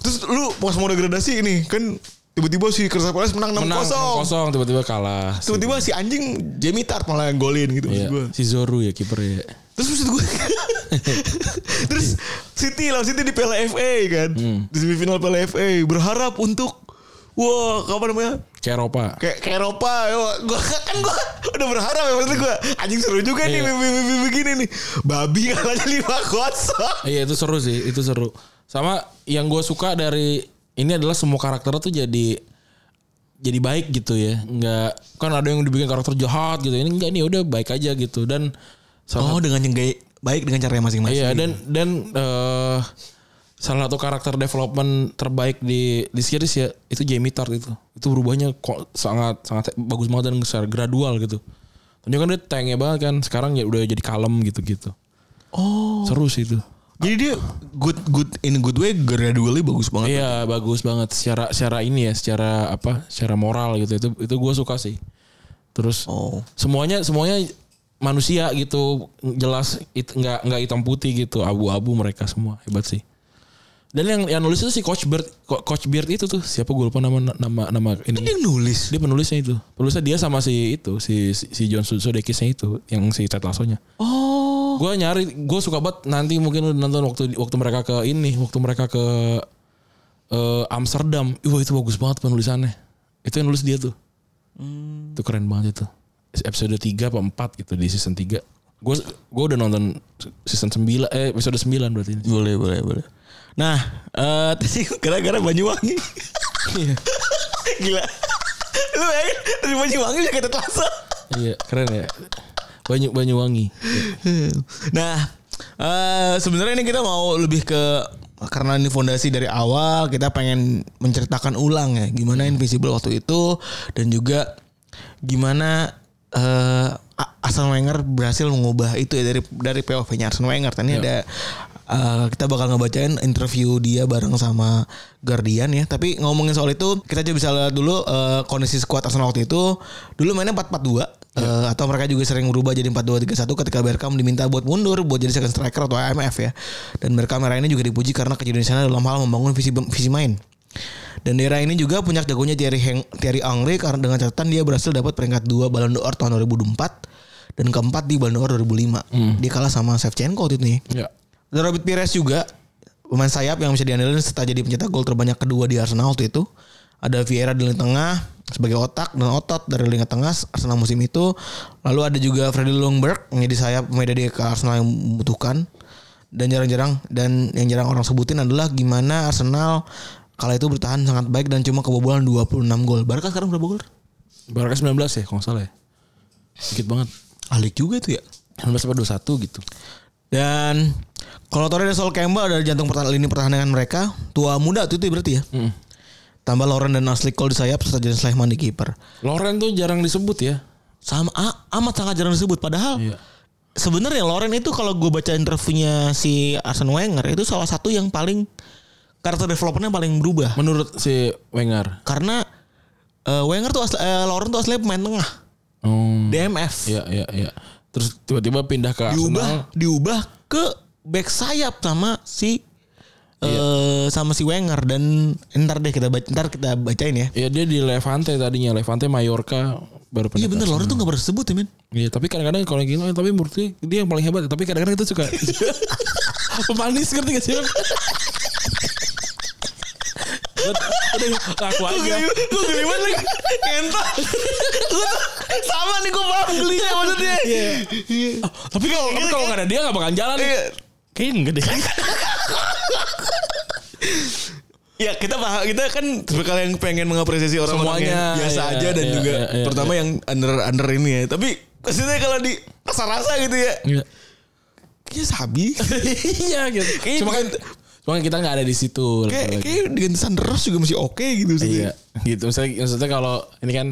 Speaker 3: Terus lu pas mau degradasi ini kan tiba-tiba si Crystal Palace menang 6-0.
Speaker 2: Menang kosong tiba-tiba kalah. Si-
Speaker 3: tiba-tiba si anjing Jamie Tart malah golin gitu maksud
Speaker 2: iya,
Speaker 3: gue.
Speaker 2: si Zoru ya kiper ya.
Speaker 3: Terus maksud gue Terus City lawan City di Piala FA kan Di semifinal Piala FA Berharap untuk Wah apa namanya
Speaker 2: Kayak Eropa.
Speaker 3: Kayak kayak Eropa gua, Kan gue udah berharap ya Maksud gue Anjing seru juga nih
Speaker 2: Iya.
Speaker 3: mimpi-mimpi begini nih Babi kalahnya 5
Speaker 2: Iya itu seru sih, itu seru. Sama yang gue suka dari ini adalah semua karakter tuh jadi jadi baik gitu ya. Nggak kan ada yang dibikin karakter jahat gitu. Ini enggak nih udah baik aja gitu dan salah
Speaker 3: Oh dengan yang gay- baik dengan caranya masing-masing
Speaker 2: iya dan dan eh, salah satu karakter development terbaik di di series ya itu Jamie Tart itu. Itu berubahnya kok sangat sangat bagus banget dan besar gradual gitu. Tadinya kan dia tanknya banget kan, sekarang ya udah jadi kalem gitu-gitu.
Speaker 3: Oh
Speaker 2: Seru sih itu.
Speaker 3: Jadi dia good good in good way gradually bagus banget
Speaker 2: Iya bagus banget secara secara ini ya secara apa secara moral gitu itu itu gue suka sih terus
Speaker 3: Oh
Speaker 2: semuanya semuanya manusia gitu jelas it, nggak nggak hitam putih gitu abu-abu mereka semua hebat sih dan yang yang nulis itu si coach Beard Co- coach Beard itu tuh siapa gue lupa nama nama nama ini
Speaker 3: Dia nulis
Speaker 2: dia penulisnya itu penulisnya dia sama si itu si si, si John Sudeikisnya itu yang si Ted Lasso-nya
Speaker 3: Oh
Speaker 2: gue nyari gue suka banget nanti mungkin lu nonton waktu waktu mereka ke ini waktu mereka ke eh, Amsterdam wah itu bagus banget penulisannya itu yang nulis dia tuh itu keren banget itu episode 3 apa 4 gitu di season 3 gue gue udah nonton season 9 eh episode 9 berarti ini
Speaker 3: Boleh, boleh, boleh. Nah, eh tadi gara-gara Banyuwangi.
Speaker 2: iya
Speaker 3: Gila. Lu bayangin dari Banyuwangi udah kata Telasa.
Speaker 2: iya keren ya Banyu Banyuwangi
Speaker 3: Nah, eh sebenarnya ini kita mau lebih ke karena ini fondasi dari awal kita pengen menceritakan ulang ya gimana Invisible waktu itu dan juga gimana eh A- Arsene Wenger berhasil mengubah itu ya dari dari POV-nya Arsene Wenger. Tadi ada eh, kita bakal ngebacain interview dia bareng sama Guardian ya. Tapi ngomongin soal itu kita aja bisa lihat dulu eh, kondisi skuad Arsenal waktu itu. Dulu mainnya 4-4-2 Eh, atau mereka juga sering berubah jadi 4-2-3-1 ketika Bergkamp diminta buat mundur buat jadi second striker atau AMF ya. Dan Bergkamp era ini juga dipuji karena kejadian di sana dalam hal membangun visi visi main. Dan di era ini juga puncak jagonya Thierry, Heng, Thierry Angri karena dengan catatan dia berhasil dapat peringkat 2 Ballon d'Or tahun 2004 dan keempat di Ballon d'Or 2005. Dia kalah sama Shevchenko waktu itu
Speaker 2: Ya.
Speaker 3: nih. Dan Robert Pires juga pemain sayap yang bisa diandalkan serta jadi pencetak gol terbanyak kedua di Arsenal waktu itu. Ada Vieira di lini tengah sebagai otak dan otot dari lini tengah Arsenal musim itu. Lalu ada juga Freddy Lundberg menjadi sayap pemain dari ke Arsenal yang membutuhkan. Dan jarang-jarang dan yang jarang orang sebutin adalah gimana Arsenal kala itu bertahan sangat baik dan cuma kebobolan 26 gol. Barca sekarang berapa gol?
Speaker 2: Barca 19 ya kalau nggak salah ya. Dikit banget.
Speaker 3: Alik juga itu ya.
Speaker 2: 19 sampai 21 gitu.
Speaker 3: Dan kalau Torre dan Sol Campbell ada di jantung pertahanan lini pertahanan mereka, tua muda itu, itu berarti ya. Tambah Lauren dan Ashley Cole di sayap serta James Lehman di kiper.
Speaker 2: Loren tuh jarang disebut ya.
Speaker 3: Sama a- amat sangat jarang disebut padahal
Speaker 2: Iya.
Speaker 3: sebenarnya Lauren itu kalau gue baca interviewnya si Arsene Wenger itu salah satu yang paling karakter developernya paling berubah.
Speaker 2: Menurut si Wenger.
Speaker 3: Karena eh, Wenger tuh asli, eh, Lauren tuh aslinya pemain tengah,
Speaker 2: Hmm.
Speaker 3: DMF.
Speaker 2: Iya iya iya. Terus tiba-tiba pindah ke Arsenal.
Speaker 3: diubah diubah ke back sayap sama si eh sama si Wenger dan ntar deh kita baca, ntar kita bacain ya.
Speaker 2: Ya dia di Levante tadinya. Levante Mallorca baru pindah.
Speaker 3: Iya
Speaker 2: ke
Speaker 3: bener Lauren tuh gak pernah disebut ya men
Speaker 2: Iya, tapi kadang-kadang kalau gitu, eh, tapi menurut gue dia yang paling hebat. Tapi kadang-kadang itu suka pemanis ngerti gak sih? Bang? Udah, aku
Speaker 3: Iya,
Speaker 2: aja.
Speaker 3: Gue geli banget lagi Entah Gue tuh Sama nih gue paham Ah, gelinya Iya, maksudnya
Speaker 2: Oh, tapi kalau tapi kalau nggak ada dia nggak bakalan jalan. nih.
Speaker 3: Iya.
Speaker 2: Kayaknya enggak deh.
Speaker 3: Ya kita paham Kita kan sebagai kalian yang pengen mengapresiasi orang
Speaker 2: Semuanya,
Speaker 3: Biasa
Speaker 2: iya,
Speaker 3: aja dan
Speaker 2: iya,
Speaker 3: juga
Speaker 2: iya, iya,
Speaker 3: Terutama yang under-under ini ya Tapi Maksudnya kalau di Rasa-rasa gitu ya
Speaker 2: Iya.
Speaker 3: Kayaknya sabi
Speaker 2: Iya gitu.
Speaker 3: Kayaknya
Speaker 2: Cuma kan
Speaker 3: bukan-
Speaker 2: cuma kan kita nggak ada di situ.
Speaker 3: Kayak
Speaker 2: lagi-lagi.
Speaker 3: kayak dengan Sanderos juga masih oke gitu sih.
Speaker 2: Iya, gitu. Maksudnya, maksudnya kalau ini kan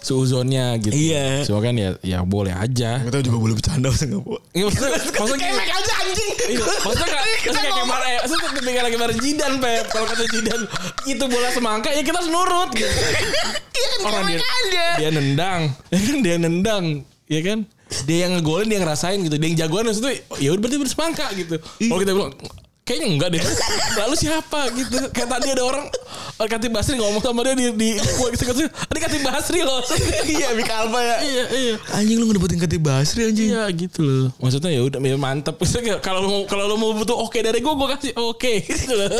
Speaker 2: suuzonnya gitu.
Speaker 3: Iya.
Speaker 2: Cuma kan ya ya boleh aja.
Speaker 3: Kita juga boleh bercanda sama Singapura.
Speaker 2: Iya, maksudnya maksudnya gini.
Speaker 3: Kemek aja anjing.
Speaker 2: Iya, maksudnya kayak
Speaker 3: Kita
Speaker 2: maksudnya kayak
Speaker 3: ngomong.
Speaker 2: kemarin eh, maksudnya ketika lagi bareng Jidan Pep kalau kata Jidan itu bola semangka ya kita harus nurut gitu.
Speaker 3: Iya kan
Speaker 2: orang dia
Speaker 3: kemek aja.
Speaker 2: dia nendang ya kan dia nendang ya kan dia yang ngegolin dia yang ngerasain gitu dia yang jagoan maksudnya ya udah berarti bersemangka gitu kalau kita bilang kayaknya enggak deh lalu siapa gitu kayak tadi ada orang eh, Katib Basri ngomong sama dia di di kuat gitu ada Katib Basri loh
Speaker 3: Iya Mika Alfa ya.
Speaker 2: iya iya
Speaker 3: Anjing lu ngedapetin kata Basri anjing.
Speaker 2: Iya gitu loh. Maksudnya ya udah ya mantep. Maksudnya kalau lu kalau lu mau butuh oke dari gue gue kasih oke gitu loh.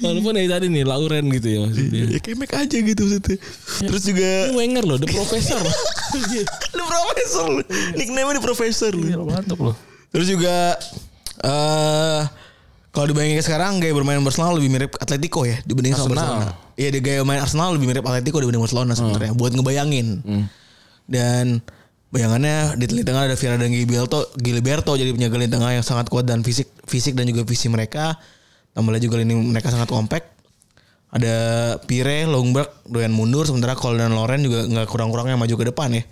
Speaker 2: Walaupun dari tadi nih Lauren gitu ya maksudnya.
Speaker 3: Ya kemek aja gitu maksudnya. Terus juga
Speaker 2: Ini Wenger loh, the professor.
Speaker 3: lu profesor lu. Nickname-nya di profesor
Speaker 2: Iya.
Speaker 3: lu.
Speaker 2: mantep loh.
Speaker 3: Terus juga eh kalau dibandingin sekarang gaya bermain Barcelona lebih mirip Atletico ya dibanding sama
Speaker 2: Arsenal.
Speaker 3: Barcelona. Iya, dia gaya main Arsenal lebih mirip Atletico dibanding Barcelona sebenarnya buat ngebayangin. Dan bayangannya di lini tengah ada Vieira dan Gilberto, Gilberto jadi penjaga lini tengah yang sangat kuat dan fisik fisik dan juga visi mereka. Tambah lagi juga lini mereka sangat kompak. Ada Pire, Longberg doyan mundur sementara Cole dan Loren juga nggak kurang-kurangnya maju ke depan ya.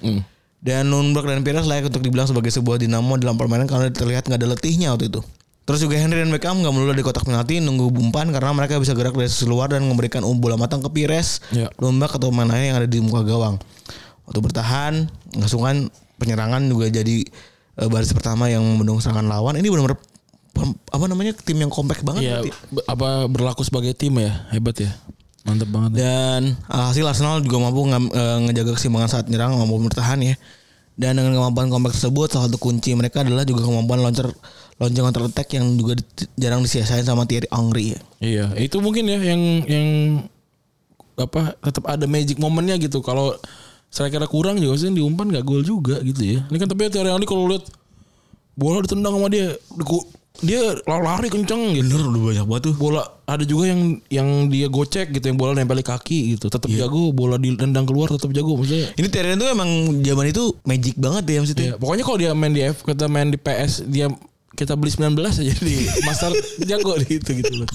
Speaker 3: Dan Lundberg dan Pires layak untuk dibilang sebagai sebuah dinamo dalam permainan karena terlihat nggak ada letihnya waktu itu. Terus juga Henry dan Beckham nggak melulu di kotak penalti nunggu umpan karena mereka bisa gerak dari sisi luar dan memberikan um- bola matang ke Pires,
Speaker 2: Ya.
Speaker 3: Lundberg atau pemain lain yang ada di muka gawang. Waktu bertahan, ngesungan penyerangan juga jadi eh, baris pertama yang membendung serangan lawan. Ini benar-benar pem- apa namanya tim yang kompak banget.
Speaker 2: Iya,
Speaker 3: berarti. ya?
Speaker 2: be- apa berlaku sebagai tim ya? Hebat ya. Mantep banget. Ya.
Speaker 3: Dan hasil Arsenal juga mampu nge- eh, ngejaga keseimbangan saat menyerang maupun bertahan ya. Dan dengan kemampuan kompak tersebut salah satu kunci mereka adalah juga kemampuan loncer lonceng counter attack yang juga di- jarang disiasain sama Thierry Henry ya.
Speaker 2: Iya, itu mungkin ya yang yang apa tetap ada magic momennya gitu. Kalau saya kira kurang juga sih diumpan gak gol juga gitu ya. Ini kan tapi Thierry Henry kalau lihat bola ditendang sama dia, dia lari kenceng gitu.
Speaker 3: udah banyak banget tuh.
Speaker 2: bola ada juga yang yang dia gocek gitu yang bola nempel di kaki gitu tetap
Speaker 3: Iya.
Speaker 2: jago bola ditendang keluar tetap jago maksudnya
Speaker 3: Ini Thierry Henry tuh emang zaman itu magic banget ya maksudnya.
Speaker 2: ya, pokoknya kalau dia main di F kita main di PS dia kita beli 19 aja di master jago di itu gitu loh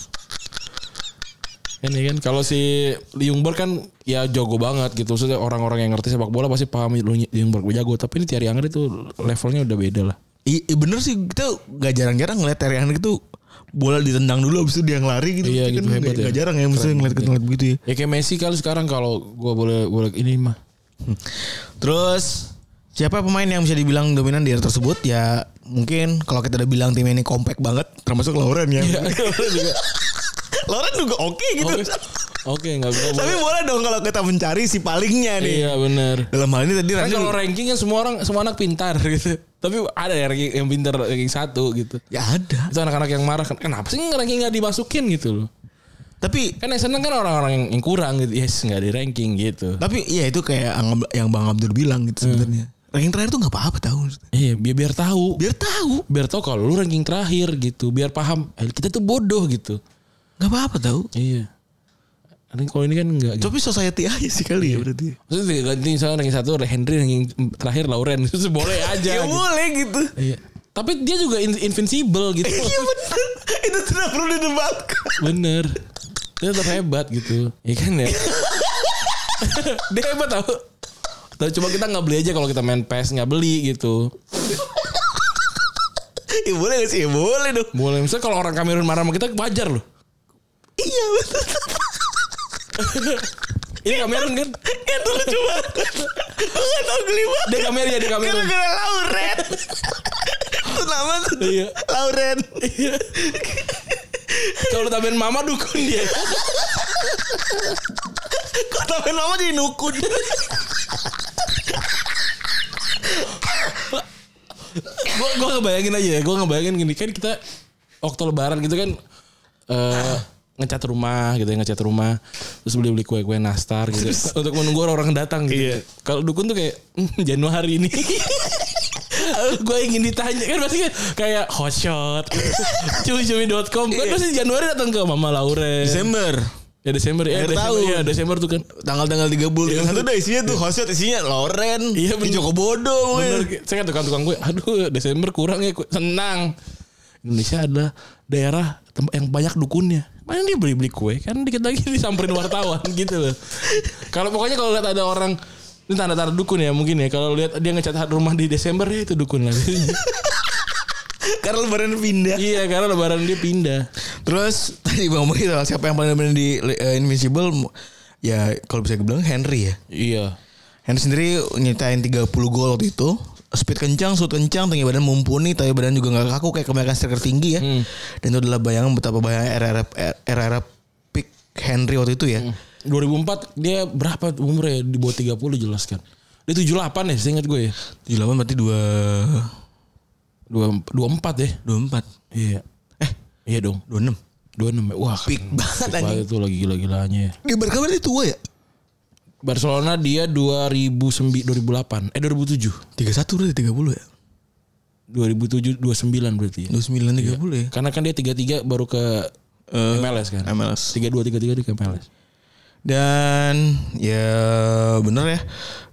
Speaker 2: Kan ya kan kalau si Liungberg kan ya jago banget gitu. Maksudnya orang-orang yang ngerti sepak bola pasti paham Lu- Liungberg jago, tapi ini Thierry Angri tuh levelnya udah beda lah.
Speaker 3: I, i- bener sih kita gak jarang-jarang ngeliat Terry Henry itu bola ditendang dulu abis itu dia ngelari gitu.
Speaker 2: Iya,
Speaker 3: Kita
Speaker 2: gitu,
Speaker 3: kan
Speaker 2: hebat
Speaker 3: gak,
Speaker 2: ya.
Speaker 3: gak jarang ya misalnya ngeliat, ngeliat begitu ya.
Speaker 2: Ya kayak Messi kali sekarang kalau gua boleh boleh ini mah.
Speaker 3: Terus siapa pemain yang bisa dibilang dominan di era tersebut ya mungkin kalau kita udah bilang tim ini compact banget termasuk Lauren ya. Lauren juga oke gitu.
Speaker 2: Iya. Oke. Oke, enggak bisa.
Speaker 3: Tapi boleh dong kalau kita mencari si palingnya nih.
Speaker 2: Iya benar.
Speaker 3: Dalam hal ini tadi
Speaker 2: Kan
Speaker 3: Ranjel-
Speaker 2: kalau ranking kan semua orang semua anak pintar gitu. Tapi ada ya ranking yang pintar ranking satu gitu.
Speaker 3: ya ada.
Speaker 2: Itu anak-anak yang marah "Ken- kenapa sih ranking nggak dimasukin gitu loh.
Speaker 3: Tapi
Speaker 2: Kan yang seneng kan orang-orang yang, yang kurang gitu. Yes, nggak di ranking gitu.
Speaker 3: tapi ya itu kayak ang- yang Bang Abdur bilang gitu sebenarnya. Ranking terakhir tuh nggak apa-apa tahu.
Speaker 2: Iya, biar biar tahu.
Speaker 3: Biar tahu,
Speaker 2: Biar tahu kalau lu ranking terakhir gitu, biar paham eh, kita tuh bodoh gitu.
Speaker 3: nggak apa-apa tahu.
Speaker 2: Iya. Ini kalau ini kan enggak gitu.
Speaker 3: Tapi society aja sih
Speaker 2: Iya.
Speaker 3: kali ya berarti.
Speaker 2: Maksudnya ganti misalnya ranking satu Henry ranking terakhir Lauren itu boleh aja.
Speaker 3: Ya
Speaker 2: gitu.
Speaker 3: boleh gitu.
Speaker 2: Iya. Tapi dia juga in- invincible gitu.
Speaker 3: Iya bener. Itu tidak perlu didebatkan.
Speaker 2: Bener. Dia tetap hebat gitu. Ya kan ya. dia hebat tau. Tapi Nah, cuma kita nggak beli aja kalau kita main PES nggak beli gitu.
Speaker 3: Ya boleh gak sih? Ya boleh dong.
Speaker 2: Boleh misalnya kalau orang Kamerun marah sama kita wajar loh.
Speaker 3: Iya betul.
Speaker 2: Ini Kamerun kan?
Speaker 3: Ya dulu coba. Gue gak tau kelima.
Speaker 2: Dia Kamerun ya dia Kamerun.
Speaker 3: Gara-gara Lauren. Itu nama tuh.
Speaker 2: Iya.
Speaker 3: Lauren.
Speaker 2: Kalau lu tambahin mama dukun dia.
Speaker 3: Kok tambahin nama jadi nukun.
Speaker 2: Gue gua ngebayangin aja ya. Gue ngebayangin gini kan kita waktu lebaran gitu kan eh ngecat rumah gitu ya ngecat rumah terus beli beli kue kue nastar gitu untuk menunggu orang orang datang gitu
Speaker 3: Iya.
Speaker 2: kalau dukun tuh kayak "Hmm, Januari ini gue ingin ditanya kan pasti kan kayak hotshot cumi-cumi.com
Speaker 3: Iya.
Speaker 2: kan pasti Januari datang ke Mama Lauren
Speaker 3: Desember.
Speaker 2: ya Desember ya
Speaker 3: Akhir
Speaker 2: Desember,
Speaker 3: tahun.
Speaker 2: ya Desember tuh kan
Speaker 3: Tanggal-tanggal 30. Yang satu udah isinya tuh. Hostnya isinya Lauren.
Speaker 2: Iya, bener.
Speaker 3: Joko Bodo.
Speaker 2: Bener, saya kan tukang-tukang gue, aduh Desember kurang ya, kue. senang. Indonesia adalah daerah tempat yang banyak dukunnya. Mana dia beli-beli kue, kan dikit lagi disamperin wartawan gitu loh. Kalau pokoknya kalau lihat ada orang, ini tanda-tanda dukun ya mungkin ya. Kalau lihat dia ngecat rumah di Desember ya itu dukun lah.
Speaker 3: Karena lebaran pindah.
Speaker 2: iya, karena lebaran dia pindah.
Speaker 3: Terus tadi Bang Mungkin soal siapa yang paling dominan di eh, Invincible. Ya kalau bisa gue bilang Henry ya.
Speaker 2: Iya.
Speaker 3: Henry sendiri nyitain 30 gol waktu itu. Speed kencang, shoot kencang, tinggi badan mumpuni, tapi badan juga nggak kaku kayak kebanyakan striker tinggi ya. Dan itu adalah bayangan betapa bahaya era-era era-era peak Henry waktu itu ya.
Speaker 2: 2004 dia berapa umurnya di bawah 30 jelas kan. Dia 78 ya, seingat gue ya.
Speaker 3: 78 berarti 2
Speaker 2: Dua- 24 ya.
Speaker 3: 24.
Speaker 2: Iya. Eh, iya dong.
Speaker 3: 26.
Speaker 2: dua enam ya. Hmm. wah
Speaker 3: Peak
Speaker 2: keren.
Speaker 3: banget
Speaker 2: Peak
Speaker 3: anjing.
Speaker 2: banget itu lagi gila-gilanya ya.
Speaker 3: Di Barca berarti tua ya?
Speaker 2: Barcelona dia 2009 2008 eh 2007
Speaker 3: 31 berarti 30 ya.
Speaker 2: 2007 29 berarti ya.
Speaker 3: 29 30 ya.
Speaker 2: karena kan dia 33 baru ke
Speaker 3: Eh,
Speaker 2: MLS kan
Speaker 3: MLS.
Speaker 2: 32 33 di ke MLS
Speaker 3: dan ya bener ya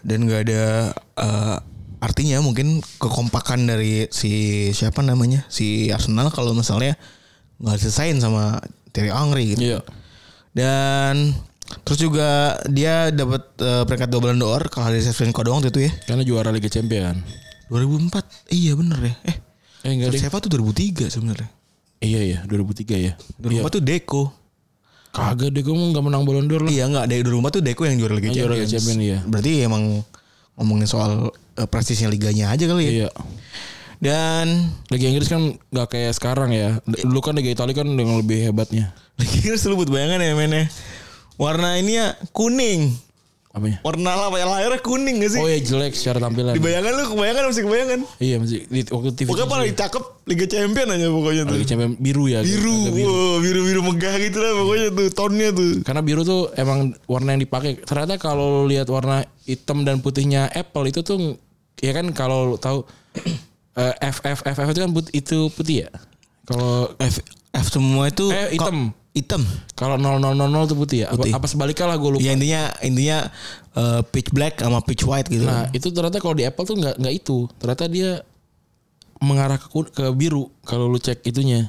Speaker 3: dan nggak ada eh, artinya mungkin kekompakan dari si siapa namanya si Arsenal kalau misalnya nggak diselesain sama Thierry Angri gitu
Speaker 2: iya
Speaker 3: dan terus juga dia dapat eh, peringkat dua bulan d'Or kalau dari Sven Kodong waktu itu ya
Speaker 2: karena juara Liga Champion
Speaker 3: 2004 iya bener ya eh
Speaker 2: eh enggak deh
Speaker 3: siapa tuh 2003 sebenarnya
Speaker 2: iya iya 2003 ya Iya.
Speaker 3: 2004 tuh Deco
Speaker 2: kagak deh gue mau nggak menang Ballon d'Or lah
Speaker 3: Iya enggak dari 2004 tuh Deco yang juara Liga
Speaker 2: Hmm. Yang juara Liga
Speaker 3: Champions.
Speaker 2: Champion, iya.
Speaker 3: Berarti emang ngomongin soal eh, prestisnya liganya aja kali ya.
Speaker 2: iya
Speaker 3: Dan
Speaker 2: Liga Inggris kan nggak kayak sekarang ya dulu kan Liga Italia kan yang lebih hebatnya
Speaker 3: Liga Inggris lu buat bayangan ya mainnya. Warna ininya kuning.
Speaker 2: apanya
Speaker 3: Warna apa ya layarnya kuning gak sih?
Speaker 2: oh ya jelek secara tampilan
Speaker 3: Dibayangkan lu kebayangan masih kebayangan.
Speaker 2: iya masih di, waktu TV
Speaker 3: Pokoknya paling cakep Liga Champion aja pokoknya tuh.
Speaker 2: Iya, Liga Champion biru ya
Speaker 3: Biru,
Speaker 2: agak biru.
Speaker 3: wow, biru-biru megah gitu lah pokoknya tuh tonnya tuh.
Speaker 2: Karena biru tuh emang warna yang dipakai. Ternyata kalau lu lihat warna hitam dan putihnya Apple itu tuh ya kan kalau lu tahu eh, FF FF itu kan put- itu putih ya. Kalau
Speaker 3: F, F semua itu
Speaker 2: Eh, hitam.
Speaker 3: ko- hitam.
Speaker 2: kalau 0000 itu putih ya. Apa,
Speaker 3: Putih.
Speaker 2: apa sebaliknya lah gue lupa.
Speaker 3: Ya intinya intinya eh, pitch black sama pitch white gitu.
Speaker 2: Nah, itu ternyata kalau di Apple tuh nggak nggak itu. Ternyata dia mengarah ke kun- ke biru kalau lu cek itunya.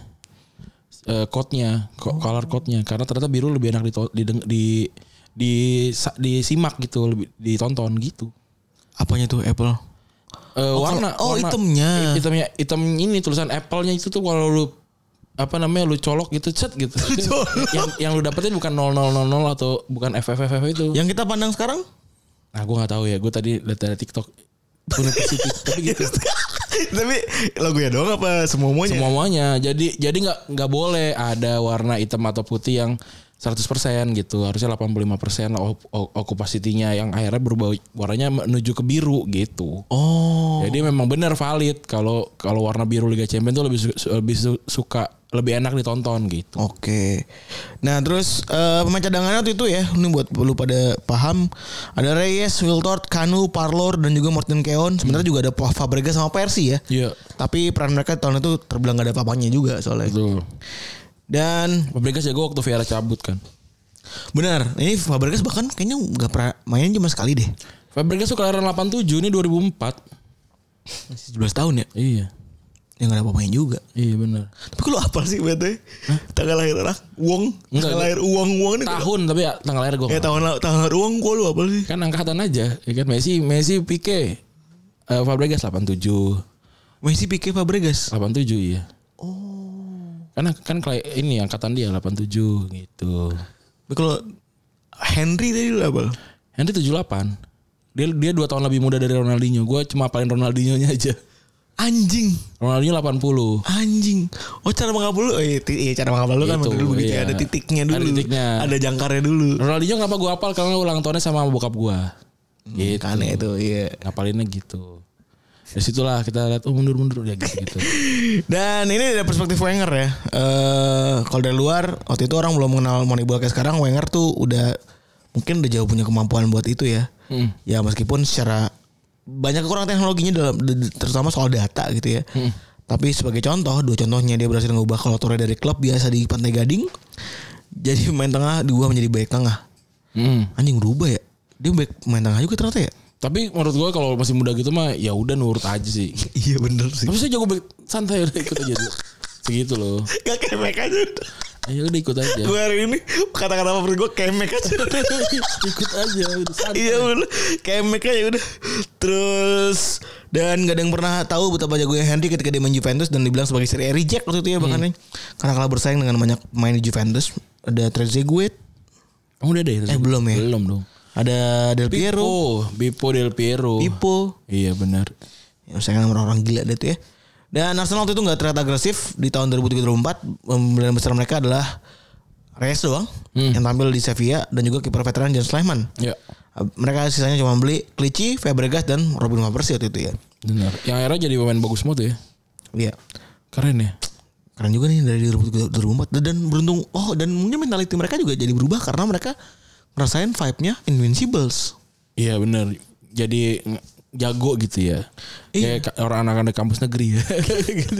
Speaker 2: eh, code-nya,
Speaker 3: Oh.
Speaker 2: ko- color code-nya karena ternyata biru lebih enak dito- dideng- di di sa- disimak gitu, lebih ditonton gitu.
Speaker 3: Apanya tuh Apple?
Speaker 2: Eh,
Speaker 3: Oh,
Speaker 2: warna
Speaker 3: kalau- oh,
Speaker 2: warna-
Speaker 3: itemnya.
Speaker 2: Itemnya item ini tulisan Apple-nya itu tuh kalau lu apa namanya lu colok gitu cet gitu. yang yang lu dapetin bukan 0000 atau bukan FFFF itu.
Speaker 3: Yang kita pandang sekarang?
Speaker 2: Nah, gue nggak tahu ya. Gue tadi lihat dari TikTok. Gua liat di situ. Tapi gitu.
Speaker 3: Iya, Tapi lagu ya doang apa
Speaker 2: Iya.
Speaker 3: semuanya?
Speaker 2: Semuanya. Jadi jadi nggak nggak boleh ada warna hitam atau putih yang 100% gitu. Harusnya 85% lah ok- ok- okupasitinya yang akhirnya berubah warnanya menuju ke biru gitu.
Speaker 3: Oh.
Speaker 2: Jadi memang benar valid kalau kalau warna biru Liga Champions tuh lebih su- su- lebih su- suka lebih enak ditonton gitu.
Speaker 3: Oke. Nah, terus eh, pemain cadangannya waktu itu ya, ini buat lu pada paham, ada Reyes, Wiltord, Kanu, Parlor dan juga Morten Keon. Sebenarnya juga ada Pa- Fabregas sama Persi ya.
Speaker 2: Iya.
Speaker 3: Tapi peran mereka tahun itu terbilang gak ada apa-apanya juga soalnya.
Speaker 2: Betul.
Speaker 3: Dan
Speaker 2: Fabregas jago waktu Vieira cabut kan.
Speaker 3: benar, ini Fabregas bahkan kayaknya nggak pernah main cuma sekali deh.
Speaker 2: Fabregas tuh kelahiran 87 ini 2004.
Speaker 3: Masih 17 tahun ya.
Speaker 2: Iya.
Speaker 3: Ya gak ada apa-apanya juga.
Speaker 2: Iya benar.
Speaker 3: Tapi kalau apal sih BT? Tanggal lahir anak Wong,
Speaker 2: Enggak,
Speaker 3: tanggal lahir Uang Uang ini.
Speaker 2: Tahun tapi ya, tanggal lahir gue.
Speaker 3: Ya tahun la- tanggal lahir Uang gua lu apal sih?
Speaker 2: kan angkatan aja ya kan Messi Messi Pique Eh Fabregas 87
Speaker 3: Messi Pique Fabregas.
Speaker 2: 87 iya oh karena kan klai- ini angkatan dia 87 gitu
Speaker 3: Tapi kalau Henry tadi lu apal?
Speaker 2: Henry 78 dia dia dua tahun lebih muda dari Ronaldinho gue cuma paling Ronaldinho nya aja
Speaker 3: Anjing,
Speaker 2: Ronaldinho 80
Speaker 3: anjing. Oh cara mengapal lu, eh, ti- iya cara mengapal lu kan
Speaker 2: Gitu,
Speaker 3: dulu begitu
Speaker 2: iya.
Speaker 3: ya. Ada titiknya
Speaker 2: Ada
Speaker 3: dulu, ada,
Speaker 2: titiknya.
Speaker 3: jangkarnya dulu.
Speaker 2: Ronaldinho kenapa gue apal karena ulang tahunnya sama bokap gue Gitu.
Speaker 3: Iya kan itu, iya.
Speaker 2: ngapalinnya gitu Disitulah kita lihat oh mundur mundur ya gitu gitu
Speaker 3: Dan ini dari perspektif Wenger ya. Eh kalau dari luar waktu itu orang belum mengenal Moni kayak sekarang Wenger tuh udah mungkin udah jauh punya kemampuan buat itu ya. Ya meskipun secara banyak kurang teknologinya dalam d- d- terutama soal data gitu ya. Tapi sebagai contoh, dua contohnya dia berhasil mengubah kalau Torre dari klub biasa di Pantai Gading jadi main tengah dua menjadi back tengah.
Speaker 2: Hmm.
Speaker 3: Anjing berubah ya. Dia back main tengah juga ternyata ya.
Speaker 2: tapi menurut gue kalau masih muda gitu mah ya udah nurut aja sih
Speaker 3: Iya bener sih.
Speaker 2: Tapi saya jago baik santai udah ikut aja dulu. Segitu loh.
Speaker 3: Gak kemek aja.
Speaker 2: Ayo udah ikut aja.
Speaker 3: Gue hari ini kata-kata favorit gue kemek aja.
Speaker 2: ikut aja udah santai.
Speaker 3: Iya bener Kemek aja udah Terus Dan gak ada yang pernah tahu betapa jagonya Henry ketika dia main Juventus Dan dibilang sebagai seri A reject waktu itu ya bahkan ya. Karena kalah bersaing dengan banyak pemain di Juventus Ada Trezeguet
Speaker 2: Kamu udah deh.
Speaker 3: Eh, belum ya?
Speaker 2: Belum dong.
Speaker 3: Ada Del Piero
Speaker 2: Piero, Bipo Del Piero.
Speaker 3: Pipo
Speaker 2: Iya benar.
Speaker 3: ya, Saingan sama orang-orang gila deh tuh ya Dan Arsenal waktu itu gak terlihat agresif Di tahun 2003-2004 Pembelian besar mereka adalah Reyes doang Yang tampil di Sevilla Dan juga kiper veteran James Lehmann
Speaker 2: Ya.
Speaker 3: mereka sisanya cuma beli Klici, Fabregas dan Robin Van Persie waktu itu ya.
Speaker 2: Benar. Yang akhirnya jadi pemain bagus semua tuh ya.
Speaker 3: Iya.
Speaker 2: Keren ya.
Speaker 3: keren juga nih dari 2003 2004 dan beruntung oh dan mungkin mentality mereka juga jadi berubah karena mereka ngerasain vibe-nya Invincibles.
Speaker 2: Iya benar. Jadi ng- jago gitu ya. Kayak ka- orang anak-anak kampus negeri ya. Gitu.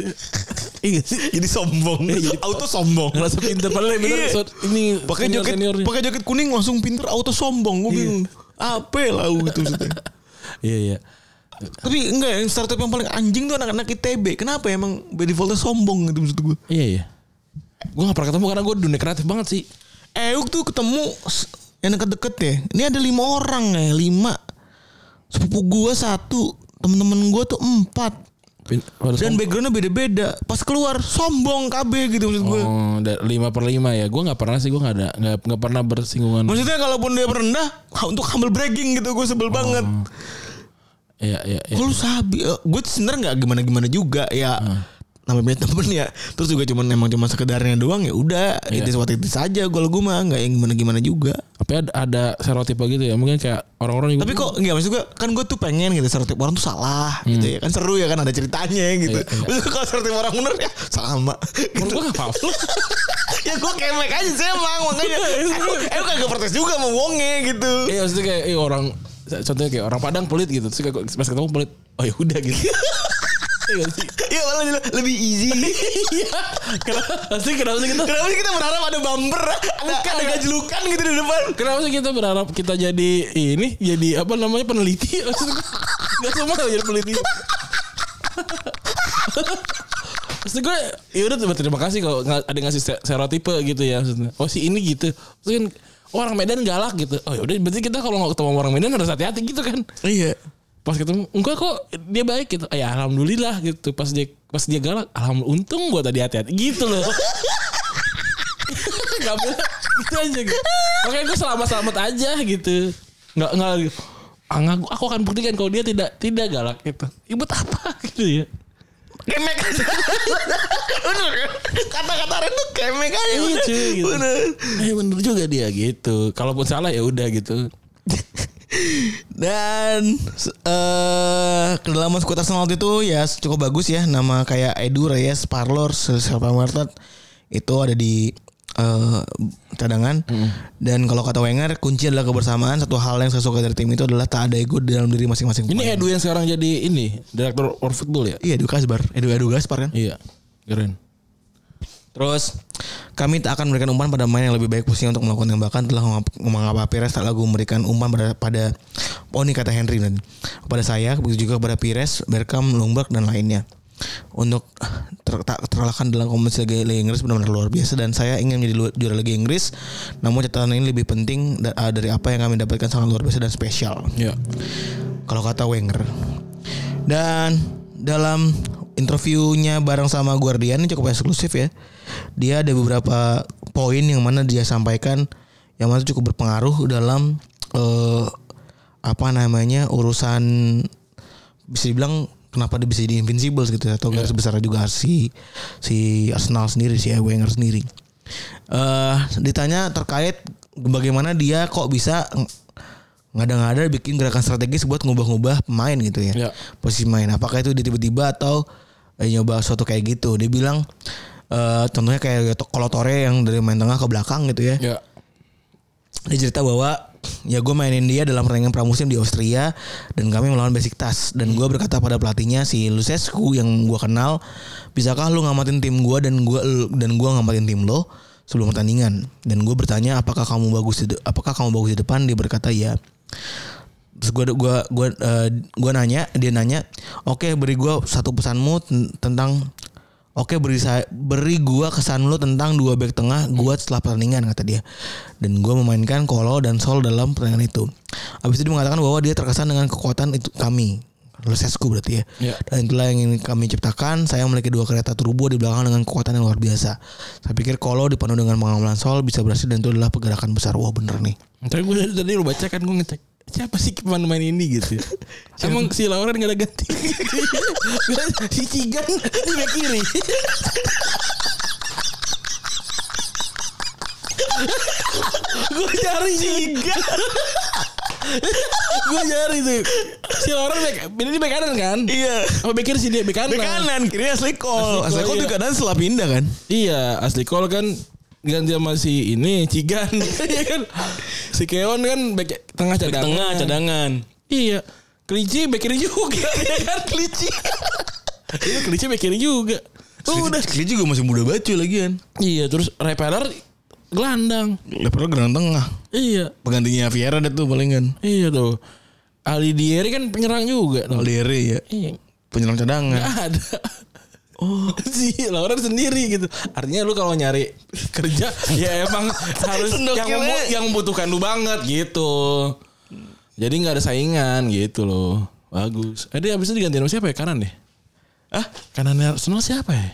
Speaker 2: Iya sih.
Speaker 3: Iya, Jadi sombong, auto sombong.
Speaker 2: Ngerasa pinter padahal yang bener
Speaker 3: Iya.
Speaker 2: so- ini
Speaker 3: Pakai
Speaker 2: senior-
Speaker 3: jaket
Speaker 2: seniornya.
Speaker 3: pakai jaket kuning langsung pinter auto sombong gue bingung. Apa ya lah itu maksudnya.
Speaker 2: Iya iya.
Speaker 3: Tapi enggak yang startup yang paling anjing tuh anak-anak ITB. Kenapa ya emang by defaultnya sombong gitu maksud gue.
Speaker 2: Iya iya. Gue gak pernah ketemu karena gue dunia kreatif banget sih.
Speaker 3: Euk tuh ketemu s- yang deket-deket ya. Ini ada lima orang ya, lima. Sepupu gue satu, temen-temen gue tuh empat.
Speaker 2: Pin- pada
Speaker 3: Dan
Speaker 2: sombong.
Speaker 3: backgroundnya beda-beda. Pas keluar sombong KB gitu maksud gue.
Speaker 2: Oh, da- lima per lima ya. Gue nggak pernah sih, gue nggak ada, nggak nggak pernah bersinggungan.
Speaker 3: Maksudnya kalaupun dia rendah ha- untuk humble bragging gitu gue sebel banget.
Speaker 2: Iya, iya, Oh, iya.
Speaker 3: Kalau lu sabi, eh, gue sebenarnya nggak gimana-gimana juga ya.
Speaker 2: Hmm.
Speaker 3: Namanya punya temen ya. Terus juga cuman emang cuma sekedarnya doang ya. Udah,
Speaker 2: Iya.
Speaker 3: itu is what it is aja. Kalau gue mah nggak yang gimana-gimana juga.
Speaker 2: Tapi ada, ada stereotipe gitu ya. Mungkin kayak orang-orang juga.
Speaker 3: Tapi kok nggak maksud gue kan gue tuh pengen gitu stereotip orang tuh salah gitu ya kan seru ya kan ada ceritanya gitu.
Speaker 2: Hmm. Iya, iya.
Speaker 3: Maksud gue kalau stereotip orang bener ya sama.
Speaker 2: menurut gue nggak apa-apa.
Speaker 3: ya gue kemek aja sih emang makanya. Eh gue kagak protes juga sama wongnya gitu.
Speaker 2: Iya, maksudnya kayak eh, orang, contohnya kayak orang Padang pelit gitu. Terus kayak pas ketemu pelit, oh ya udah gitu. Iya nggak sih. Iya.
Speaker 3: Iya malah jadi lebih easy.
Speaker 2: Kenapa pasti kenapa sih kita?
Speaker 3: Kenapa sih kita berharap ada bumper, ada, ada gajlukan gitu di depan?
Speaker 2: Kenapa sih kita berharap kita jadi ini, jadi apa namanya peneliti? Maksudnya, Gak semua jadi peneliti. Maksud gue ya udah terima- terima kasih kalau nga- ada yang ngasih ste- stereotipe gitu ya maksudnya. Oh si ini gitu. Terus kan oh, orang Medan galak gitu. Oh ya udah berarti kita kalau mau ketemu sama orang Medan harus hati-hati gitu kan.
Speaker 3: Iya.
Speaker 2: Pas ketemu enggak kok dia baik gitu. Ah, Ya alhamdulillah gitu. Pas dia pas dia galak alhamdulillah untung gua tadi hati-hati gitu loh. Gak boleh gitu aja gitu. Makanya gue selamat-selamat aja gitu. Nggak nggak ah, nggak, aku akan buktikan kalau dia tidak tidak galak gitu. Ibu apa gitu ya.
Speaker 3: Kemek aja. Bener kan? Kata-kata Ren tuh kemek aja.
Speaker 2: Iya
Speaker 3: bener.
Speaker 2: cuy gitu.
Speaker 3: Bener.
Speaker 2: Eh bener juga dia gitu. Kalaupun salah ya udah gitu.
Speaker 3: Dan eh kedalaman skuad Arsenal waktu itu ya cukup bagus ya nama kayak Edu Reyes, Parlor, Silva Martet itu ada di eh cadangan.
Speaker 2: Hmm.
Speaker 3: Dan kalau kata Wenger kunci adalah kebersamaan. Satu hal yang saya suka dari tim itu adalah tak ada ego di dalam diri masing-masing.
Speaker 2: Ini
Speaker 3: pemain.
Speaker 2: Edu yang sekarang jadi ini direktur World Football ya.
Speaker 3: Iya Edu Kasbar, Edu Edu Gaspar kan.
Speaker 2: Iya keren.
Speaker 3: Terus kami tak akan memberikan umpan pada pemain yang lebih baik posisinya untuk melakukan tembakan telah mengap- mengapa Pires tak lagu memberikan umpan pada pada oh ini kata Henry dan pada saya begitu juga kepada Pires, Berkham, Lundberg dan lainnya untuk ter, tak terkalahkan dalam kompetisi Liga, Liga Inggris benar-benar luar biasa dan saya ingin menjadi lu- juara Liga Inggris namun catatan ini lebih penting da- ah, dari apa yang kami dapatkan sangat luar biasa dan spesial
Speaker 2: Iya.
Speaker 3: kalau kata Wenger. Dan dalam interviewnya bareng sama Guardian ini cukup eksklusif ya. Dia ada beberapa poin yang mana dia sampaikan yang mana cukup berpengaruh dalam eh, apa namanya urusan bisa dibilang kenapa dia bisa di invincible gitu ya, atau garis besar juga si si Arsenal sendiri si Wenger sendiri. eh ditanya terkait bagaimana dia kok bisa ng- ngada-ngada bikin gerakan strategis buat ngubah-ngubah pemain gitu ya.
Speaker 2: Iya.
Speaker 3: Posisi main. Apakah itu dia tiba-tiba atau eh, nyoba sesuatu kayak gitu. Dia bilang eh contohnya kayak kolotore yang dari main tengah ke belakang gitu ya
Speaker 2: Iya.
Speaker 3: dia cerita bahwa ya gue mainin dia dalam pertandingan pramusim di Austria dan kami melawan Besiktas dan gue berkata pada pelatihnya si Lusescu yang gue kenal bisakah lu ngamatin tim gue dan gue dan gua ngamatin tim lo sebelum pertandingan dan gue bertanya apakah kamu bagus di de- apakah kamu bagus di depan dia berkata ya terus gue gua gua eh, gua nanya dia nanya oke beri gue satu pesanmu ten- tentang oke beri saya beri gue kesan lu tentang dua back tengah gue setelah pertandingan kata dia dan gue memainkan Kolo dan Sol dalam pertandingan itu abis itu dia mengatakan bahwa dia terkesan dengan kekuatan itu kami Lusescu berarti ya
Speaker 2: Iya.
Speaker 3: dan itulah yang ingin kami ciptakan. Saya memiliki dua kereta turbo di belakang dengan kekuatan yang luar biasa. Saya pikir kalau dipenuhi dengan pengamalan sol bisa berhasil dan itu adalah pergerakan besar. Wah bener nih.
Speaker 2: Tapi gue dari tadi lu baca kan gue ngecek siapa sih pemain-pemain ini gitu. Emang si Lauren gak ada ganti. si Cigan di back kiri. gue cari Cigan. gue cari tuh. Si Lauren back, ini di back kanan kan?
Speaker 3: Iya.
Speaker 2: Apa back kiri sih dia back kanan?
Speaker 3: Ke kanan, kirinya Aslikol.
Speaker 2: Asli Cole,
Speaker 3: Aslikol juga
Speaker 2: iya.
Speaker 3: Nah, kanan setelah pindah kan.
Speaker 2: Iya, asli call kan ganti sama si ini Cigan. Iya kan? si Keon kan back tengah cadangan.
Speaker 4: tengah cadangan.
Speaker 2: Iya. Kelinci back kiri juga ya kan kelinci. Iya kelinci back kiri juga. Udah.
Speaker 3: Kiri juga masih muda bacu lagian.
Speaker 2: Iya terus repeller gelandang.
Speaker 3: Leper gelandang tengah.
Speaker 2: Iya.
Speaker 3: Penggantinya Vieira deh tuh palingan.
Speaker 2: Iya tuh. Ali Dieri kan penyerang juga tuh.
Speaker 3: Lere ya.
Speaker 2: Iya.
Speaker 3: Penyerang cadangan.
Speaker 2: Nggak ada. Oh, si Lauren sendiri gitu. Artinya lu kalau nyari kerja ya emang harus yang
Speaker 3: Sendoknya.
Speaker 2: membu- yang membutuhkan lu banget gitu. Jadi nggak ada saingan gitu loh. Bagus. Eh dia abis itu digantiin sama siapa ya kanan deh? Ah, kanannya Arsenal siapa ya?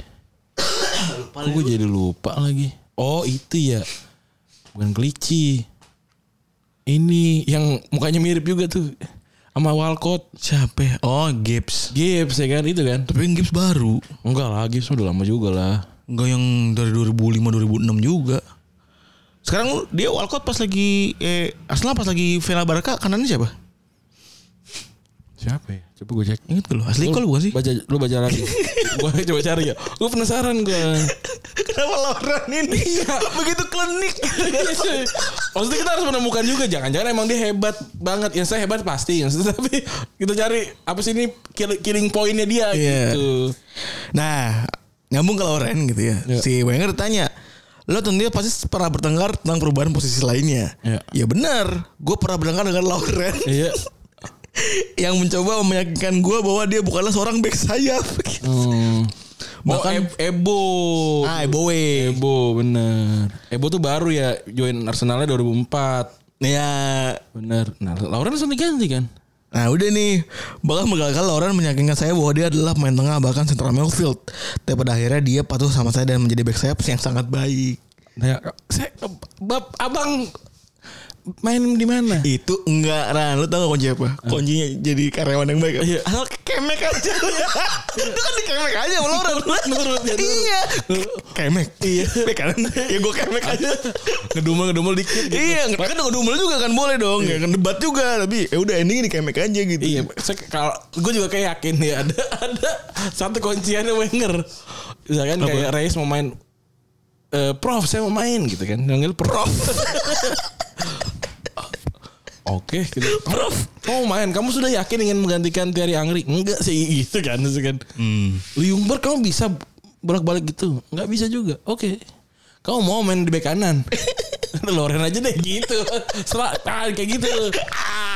Speaker 2: Kok gue jadi lupa lagi. Oh itu ya. Bukan Kelici. Ini yang mukanya mirip juga tuh. Sama Walcott.
Speaker 3: Siapa ya? Oh Gibbs.
Speaker 2: Gibbs ya kan itu kan.
Speaker 3: Tapi yang Gibbs baru.
Speaker 2: Enggak lagi sudah lama juga lah.
Speaker 3: Enggak yang dari 2005 2006 juga. Sekarang dia Walcott pas lagi eh Arsenal pas lagi Vela Barca kanannya siapa?
Speaker 2: Siapa ya? Coba gue cek.
Speaker 3: Ingat gak lu? Asli kol bukan sih?
Speaker 2: Baca lu baca lagi. gue coba cari ya. Gue penasaran gue.
Speaker 3: Kenapa Lauren ini begitu klinik?
Speaker 2: Maksudnya kita harus menemukan juga jangan-jangan emang dia hebat banget. Yang saya hebat pasti, yang tapi kita cari apa sih ini kill- killing pointnya dia
Speaker 3: Iya.
Speaker 2: gitu.
Speaker 3: Nah, nyambung ke Lauren gitu ya.
Speaker 2: Iya.
Speaker 3: Si Wenger tanya, lo tentunya pasti pernah bertengkar tentang perubahan posisi lainnya.
Speaker 2: Iya.
Speaker 3: Ya benar, gue pernah bertengkar dengan Lauren
Speaker 2: Iya.
Speaker 3: yang mencoba meyakinkan gue bahwa dia bukanlah seorang back sayap.
Speaker 2: Hmm. Bahkan
Speaker 3: Bahkan
Speaker 2: Ebo.
Speaker 3: ah Ebowe.
Speaker 2: Ebo bener. Ebo tuh baru ya join Arsenalnya 2004.
Speaker 3: Ya,
Speaker 2: Bener. Nah, Lauren langsung diganti kan?
Speaker 3: nah udah nih. Bahkan berkali-kali Lauren meyakinkan saya bahwa dia adalah pemain tengah bahkan central midfield. Tapi pada akhirnya dia patuh sama saya dan menjadi back sayap yang sangat baik.
Speaker 2: Nah, saya bab abang main di mana?
Speaker 3: Itu enggak Ran, lu tau gak kunci apa? Kuncinya jadi karyawan yang baik. Asal kemek aja. Itu kan dikemek aja sama Lauren.
Speaker 2: Nurut ya, nurut.
Speaker 3: Iya. Kemek. Iya. Kanan. Ya gue kemek aja.
Speaker 2: Ngedumel ngedumel dikit. gitu.
Speaker 3: Iya, kan udah ngedumel juga kan boleh dong. Ya kan debat juga, tapi ya udah endingnya di kemek aja gitu.
Speaker 2: Iya, saya kalau gue juga kayak yakin ya ada ada satu kunciannya Wenger. Misalkan kayak Reis mau main eh Prof, saya mau main gitu kan. Panggil Prof. Oke, gitu. Prof, mau main. Kamu sudah yakin ingin menggantikan Thierry Angri? Enggak sih gitu kan. Terus kan. Liungberg kamu bisa bolak-balik gitu? Enggak bisa juga. Oke. Kamu mau main di bek kanan? Loren aja deh gitu. Serak ah, kayak gitu.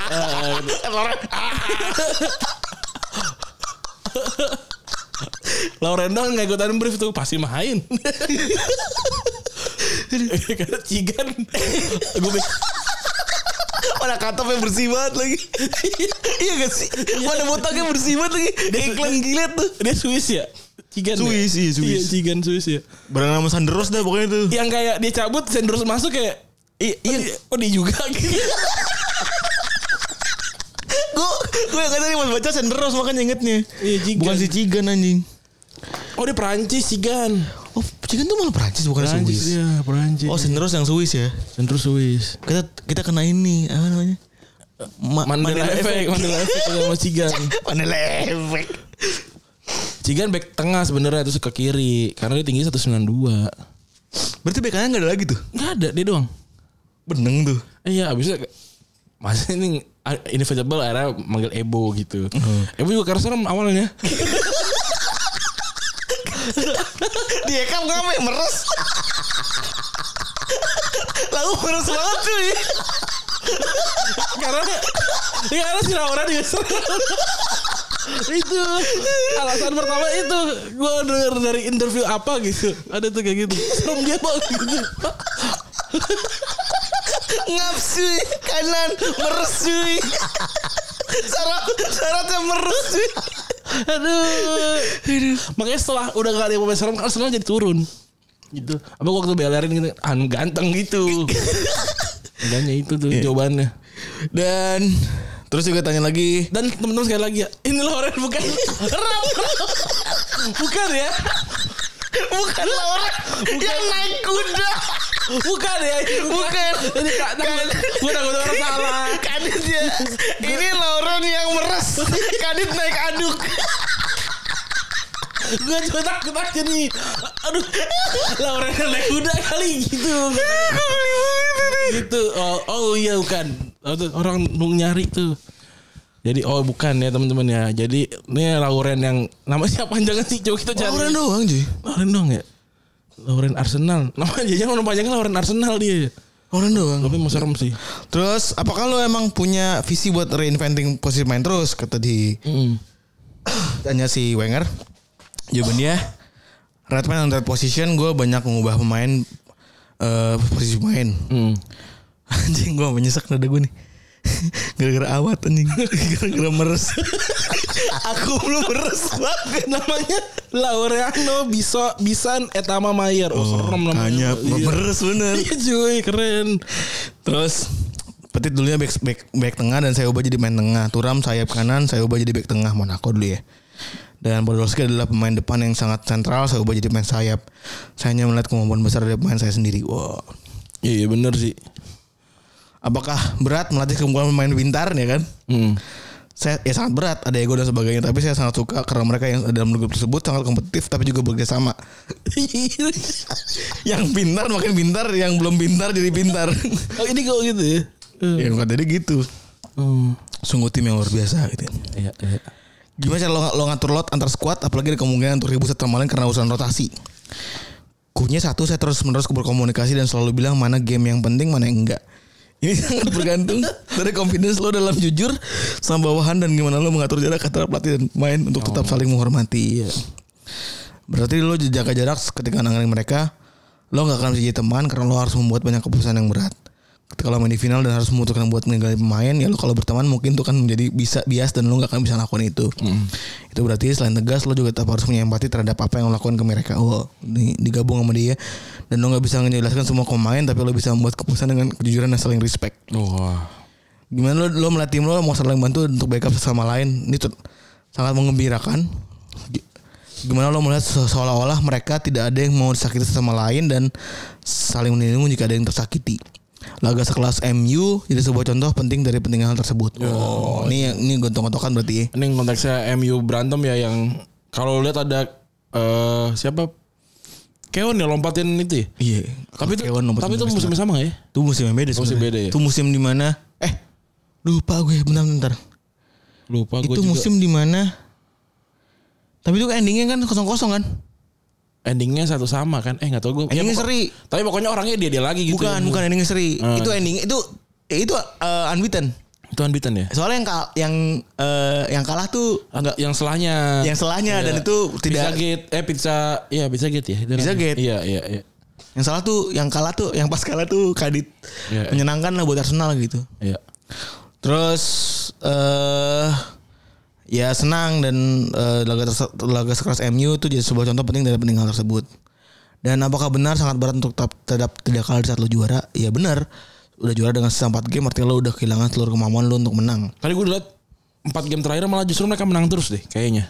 Speaker 2: Ah, Loren. ah. Loren dong nggak ikutan brief tuh pasti main. Iya, Karena cigan gue
Speaker 3: Mana katopnya bersih banget lagi. iya gak sih? Mana botaknya bersih banget lagi. Iklan gila tuh.
Speaker 2: dia Swiss ya cigan
Speaker 3: Swiss,
Speaker 2: ya?
Speaker 3: iya, Swiss.
Speaker 2: Iya, cigan Swiss ya
Speaker 3: Bernama Sanderos dah pokoknya tuh.
Speaker 2: yang kayak dia cabut Sanders masuk kayak iya oh, dia, oh, dia juga gitu
Speaker 3: Gue gue Iya, yang tadi mas baca Sanderos makanya ingetnya.
Speaker 2: Iya, Cigan.
Speaker 3: Bukan si Cigan anjing.
Speaker 2: oh dia Perancis cigan
Speaker 3: Oh Cigan tuh malah Perancis bukan Swiss.
Speaker 2: ya Perancis
Speaker 3: Oh Sanderos yang Swiss ya.
Speaker 2: Sanders Swiss
Speaker 3: Kita kita kena ini apa namanya? Ma-
Speaker 2: Mandela efek Mandela efek sama cigan
Speaker 3: Mandela efek.
Speaker 2: cigan back tengah sebenarnya terus ke kiri karena dia tinggi 192
Speaker 3: Berarti bekannya nggak ada lagi tuh.
Speaker 2: nggak ada dia doang
Speaker 3: Beneng tuh.
Speaker 2: Iya abisnya kayak, Masa ini Inevitable akhirnya manggil Ebo gitu
Speaker 3: Hmm.
Speaker 2: Ebo juga karena serem awalnya
Speaker 3: Dia kan ngapain meres. Lalu meres banget iya. cuy.
Speaker 2: Karena ya, Karena si Laura juga serem itu alasan pertama itu gue denger dari interview apa gitu ada tuh kayak gitu serem dia banget gitu.
Speaker 3: Ngap cuy. Kanan meres cuy. Syarat syaratnya meres cuy.
Speaker 2: aduh makanya setelah udah gak ada yang pemain serem kan Arsenal jadi turun gitu apa waktu belerin gitu ah ganteng gitu Makanya itu tuh jawabannya
Speaker 3: Dan terus juga tanya lagi.
Speaker 2: Dan teman-teman sekali lagi ya, ini Loren bukan Ram. bukan ya?
Speaker 3: Bukan orang yang naik kuda.
Speaker 2: Bukan ya? ini
Speaker 3: Bukan.
Speaker 2: Ini kak, takut. Gue takut orang salah.
Speaker 3: Kaditnya Kan Ini Lauren yang meres Kan Kadit naik aduk
Speaker 2: Gue cuma takut aja nih. Aduh, Loren naik kuda kali gitu. gitu. Oh, oh iya bukan. Oh, tuh, orang nung nyari tuh. Jadi oh bukan ya teman-teman ya. Jadi ini Lauren yang nama siapa panjangnya sih? Coba kita cari.
Speaker 3: Lauren doang cuy
Speaker 2: Lauren dong ya. Lauren Arsenal. Namanya jangan nama panjangnya Lauren Arsenal dia.
Speaker 3: Lauren doang
Speaker 2: Tapi mau serem sih.
Speaker 3: Terus apakah lo emang punya visi buat reinventing posisi main terus Kata di Tanya si Wenger Jawaban dia Red man on red position Gue banyak mengubah pemain eh Posisi pemain
Speaker 2: Hmm.
Speaker 3: Anjing gue menyesek nada gue nih Gara-gara awat anjing Gara-gara meres Aku belum meres banget
Speaker 2: Namanya Laureano Biso Bisan Etama Mayer. Oh, serem namanya.
Speaker 3: Hanya meres bener
Speaker 2: Iya cuy, keren.
Speaker 3: Terus Petit dulunya back, back, back tengah dan saya ubah jadi main tengah. Turam sayap kanan, saya ubah jadi back tengah Monaco dulu ya. Dan Podolski adalah pemain depan yang sangat sentral, saya ubah jadi main sayap. Saya hanya melihat kemampuan besar dari pemain saya sendiri. Wow.
Speaker 2: Iya, iya bener sih.
Speaker 3: Apakah berat melatih kemampuan pemain pintar ya kan?
Speaker 2: Hmm.
Speaker 3: Saya ya sangat berat, ada ego dan sebagainya, tapi saya sangat suka karena mereka yang dalam grup tersebut sangat kompetitif tapi juga bekerja sama. yang pintar makin pintar, yang belum pintar jadi pintar.
Speaker 2: oh, ini kok gitu ya.
Speaker 3: ya bukan jadi gitu.
Speaker 2: Hmm.
Speaker 3: Sungguh tim yang luar biasa gitu.
Speaker 2: Iya, iya.
Speaker 3: Gimana cara lo, lo ngatur lot antar squad apalagi ada kemungkinan untuk ribut satu sama lain karena urusan rotasi. Kunya satu saya terus menerus berkomunikasi dan selalu bilang mana game yang penting mana yang enggak. Ini sangat bergantung dari confidence lo dalam jujur sama bawahan dan gimana lo mengatur jarak antara pelatih dan pemain untuk tetap saling menghormati. Ya. Berarti lo jaga jarak ketika nangani mereka, lo nggak akan bisa jadi teman karena lo harus membuat banyak keputusan yang berat. Ketika lo main di final dan harus memutuskan buat meninggalkan pemain, ya lo kalau berteman mungkin tuh kan menjadi bisa bias dan lo nggak akan bisa lakukan itu. Itu berarti selain tegas lo juga tetap harus punya empati terhadap apa yang lo lakukan ke mereka. Oh, di- digabung sama dia dan lo nggak bisa menjelaskan semua ke pemain, tapi lo bisa membuat keputusan dengan kejujuran dan saling respect
Speaker 2: Wah.
Speaker 3: gimana lo lo melatih tim lo mau saling bantu untuk backup sesama lain ini tuh sangat mengembirakan Gi- gimana lo melihat se- seolah-olah mereka tidak ada yang mau disakiti sesama lain dan saling melindungi jika ada yang tersakiti laga sekelas MU jadi sebuah contoh penting dari pentingnya hal tersebut
Speaker 2: Ya.
Speaker 3: oh ini ini gontok-gontokan berarti ya
Speaker 2: Ini konteksnya MU berantem ya yang kalau lihat ada eh siapa? Keon ya lompatin itu. ya?
Speaker 3: iya
Speaker 2: Tapi itu tapi itu musim sama nggak ya?
Speaker 3: itu musim yang beda
Speaker 2: Musim
Speaker 3: sebenarnya.
Speaker 2: beda ya?
Speaker 3: itu musim di mana eh lupa gue bentar-bentar
Speaker 2: Lupa gue Oh,
Speaker 3: itu
Speaker 2: juga.
Speaker 3: musim di mana tapi itu endingnya kan kosong-kosong kan
Speaker 2: endingnya satu sama kan? Eh nggak tau gue.
Speaker 3: Endingnya
Speaker 2: pokok-
Speaker 3: seri.
Speaker 2: Tapi pokoknya orangnya dia dia lagi gitu. ya.
Speaker 3: bukan, bukan ending seri.
Speaker 2: Ah.
Speaker 3: Itu ending itu itu uh, unbeaten.
Speaker 2: Itu unbeaten ya?
Speaker 3: Soalnya yang kal- yang uh, yang kalah tuh
Speaker 2: Enggak. Yang selahnya. Iya.
Speaker 3: yang selahnya dan itu
Speaker 2: Pizza
Speaker 3: tidak
Speaker 2: Gate, eh pizza, iya pizza gate ya. Itu
Speaker 3: Pizza
Speaker 2: namanya.
Speaker 3: Gate.
Speaker 2: Iya iya iya.
Speaker 3: yang salah tuh yang kalah tuh yang pas kalah tuh Kadit
Speaker 2: Iya.
Speaker 3: menyenangkan lah buat Arsenal gitu.
Speaker 2: Iya.
Speaker 3: Terus eh ya senang dan eh, laga terse- laga sekeras MU itu jadi sebuah contoh penting dari penting hal tersebut. Dan apakah benar sangat berat untuk tetap, tetap tidak kalah di saat lo juara? Ya benar. Udah juara dengan sisa 4 game artinya lo udah kehilangan seluruh kemampuan lo untuk menang.
Speaker 2: Tadi gue liat empat game terakhir malah justru mereka menang terus deh kayaknya.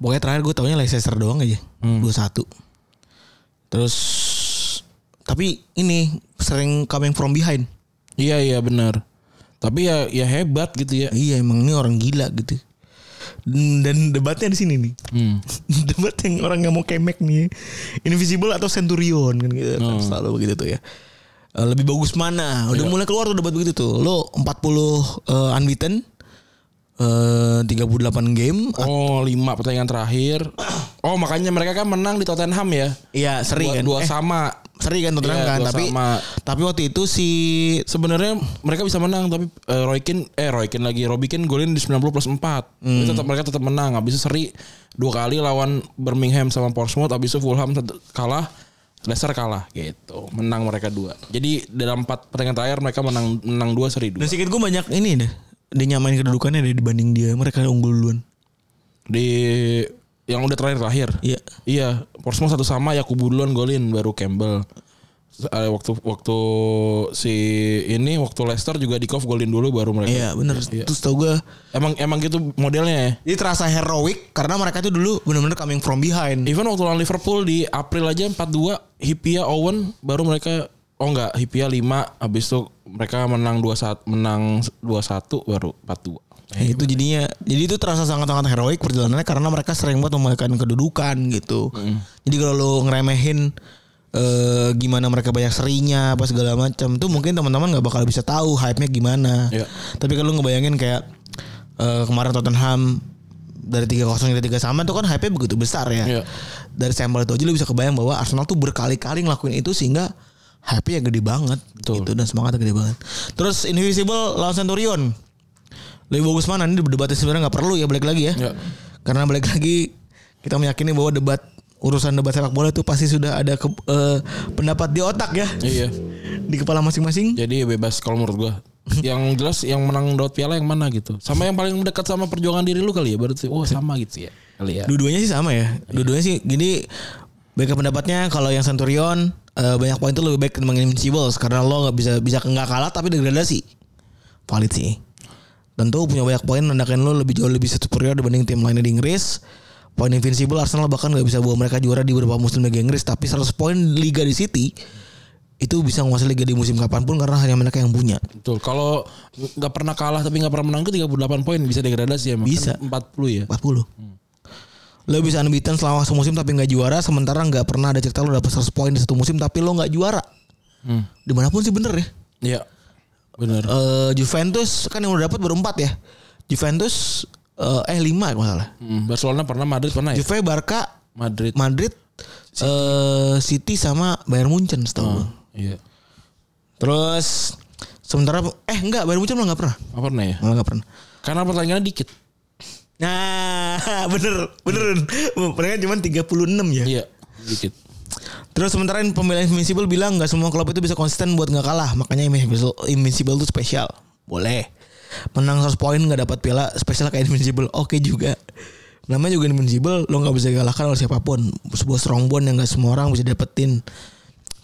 Speaker 3: Pokoknya terakhir gue taunya Leicester doang aja.
Speaker 2: Hmm.
Speaker 3: 2-1. Terus tapi ini sering coming from behind.
Speaker 2: Iya iya benar. Tapi ya ya hebat gitu ya.
Speaker 3: Iya emang ini orang gila gitu. Dan debatnya di sini nih.
Speaker 2: Hmm.
Speaker 3: Debat yang orang nggak mau kemek nih. Invisible atau Centurion kan gitu.
Speaker 2: Hmm.
Speaker 3: Kan Selalu begitu tuh ya. Eh, Lebih bagus mana?
Speaker 2: Iya.
Speaker 3: Udah mulai keluar tuh debat begitu tuh. Lo 40 eh, unbeaten eh 38 game
Speaker 2: Oh lima pertandingan terakhir. Oh makanya mereka kan menang di Tottenham ya.
Speaker 3: Iya seri
Speaker 2: Dua,
Speaker 3: kan
Speaker 2: dua
Speaker 3: Eh,
Speaker 2: sama.
Speaker 3: seri kan Tottenham
Speaker 2: Iya,
Speaker 3: kan
Speaker 2: dua
Speaker 3: tapi
Speaker 2: sama.
Speaker 3: tapi waktu itu si
Speaker 2: Sebenarnya mereka bisa menang tapi eh, Roy Keane eh Roy Keane lagi Robbie Keane golin di 90 plus 4. Tapi
Speaker 3: Hmm.
Speaker 2: tetap mereka tetap menang. Habis itu seri dua kali lawan Birmingham sama Portsmouth. Habis itu Fulham tet- kalah. Leicester kalah gitu. Menang mereka dua. Jadi dalam empat pertandingan terakhir mereka menang menang dua seri dua.
Speaker 3: dan sedikit gue banyak ini deh dia nyamain kedudukannya deh dibanding dia mereka unggul duluan
Speaker 2: Di yang udah terakhir terakhir.
Speaker 3: iya
Speaker 2: Iya, Portsmouth satu sama ya Kubulon golin baru Campbell. Terus Ada waktu waktu si ini waktu Leicester juga di golin dulu baru mereka.
Speaker 3: iya bener terus tau gue
Speaker 2: Emang emang gitu modelnya ya.
Speaker 3: ini terasa heroik karena mereka tuh dulu bener-bener coming from behind
Speaker 2: Even waktu lawan Liverpool di April aja 4-2 Hipia Owen baru mereka oh enggak Hipia 5 habis itu mereka menang 2 menang 2-1 baru 4-2.
Speaker 3: Nah, itu jadinya jadi itu terasa sangat-sangat heroik perjalanannya karena mereka sering banget memulihkan kedudukan gitu jadi kalau lo ngeremehin eh, gimana mereka banyak serinya apa segala macam tuh mungkin teman-teman nggak bakal bisa tahu hype-nya gimana
Speaker 2: Iya.
Speaker 3: Tapi kalau lu ngebayangin kayak eh, kemarin Tottenham dari 3-0 jadi 3 sama itu kan hype-nya begitu besar ya.
Speaker 2: Iya.
Speaker 3: Dari sampel itu aja lu bisa kebayang bahwa Arsenal tuh berkali-kali ngelakuin itu sehingga hype-nya gede banget gitu dan semangatnya gede banget. Terus Invisible lawan Centurion. Lebih bagus mana ini debatnya sebenarnya nggak perlu ya balik lagi ya.
Speaker 2: Iya.
Speaker 3: Karena balik lagi kita meyakini bahwa debat urusan debat sepak bola itu pasti sudah ada ke- eh, pendapat di otak ya.
Speaker 2: Iya.
Speaker 3: Di kepala masing-masing.
Speaker 2: Jadi bebas kalau menurut gua. yang jelas yang menang dapat piala yang mana gitu. Sama yang paling dekat sama perjuangan diri lu kali ya berarti. Oh, sama gitu ya. Kali ya.
Speaker 3: Dua-duanya sih sama ya. Dua-duanya sih gini baik ke pendapatnya kalau yang Centurion eh, banyak poin itu lebih baik ketimbang Invincibles karena lo nggak bisa bisa nggak kalah tapi degradasi. Valid sih. Tentu punya banyak poin menandakan lo lebih jauh lebih superior dibanding tim lainnya di Inggris. Poin Invincible Arsenal bahkan nggak bisa bawa mereka juara di beberapa musim Liga Inggris tapi 100 poin Liga di City itu bisa menguasai Liga di musim kapanpun karena hanya mereka yang punya.
Speaker 2: Betul. Kalau nggak pernah kalah tapi nggak pernah menang itu 38 poin bisa degradasi emang.
Speaker 3: Bisa.
Speaker 2: Kan 40 ya.
Speaker 3: 40. Lo bisa unbeaten selama semusim tapi nggak juara, sementara nggak pernah ada cerita lo dapet 100 poin di satu musim tapi lo nggak juara.
Speaker 2: Hmm.
Speaker 3: Dimanapun sih bener ya.
Speaker 2: Iya. Benar.
Speaker 3: Eh, Juventus kan yang udah dapat baru 4 ya. Juventus eh, eh 5 kalau nggak salah.
Speaker 2: Hmm, Barcelona pernah Madrid pernah ya?
Speaker 3: Juve, Barca,
Speaker 2: Madrid.
Speaker 3: Madrid, eh, City sama Bayern Munchen setahu gue.
Speaker 2: Iya.
Speaker 3: Terus sementara eh enggak Bayern Munchen malah nggak pernah.
Speaker 2: Apa pernah ya?
Speaker 3: Malah nggak pernah.
Speaker 2: Karena pertandingannya dikit.
Speaker 3: Nah, bener, bener. Mereka cuma 36 ya.
Speaker 2: Iya, dikit.
Speaker 3: Terus sementara pemilihan Invincible bilang nggak semua klub itu bisa konsisten buat nggak kalah. Makanya Invincible, Invincible tuh spesial. Boleh. Menang 100 poin nggak dapat piala spesial kayak Invincible. Oke juga. Namanya juga Invincible, lo nggak bisa dikalahkan oleh siapapun. Sebuah strong bond yang nggak semua orang bisa dapetin.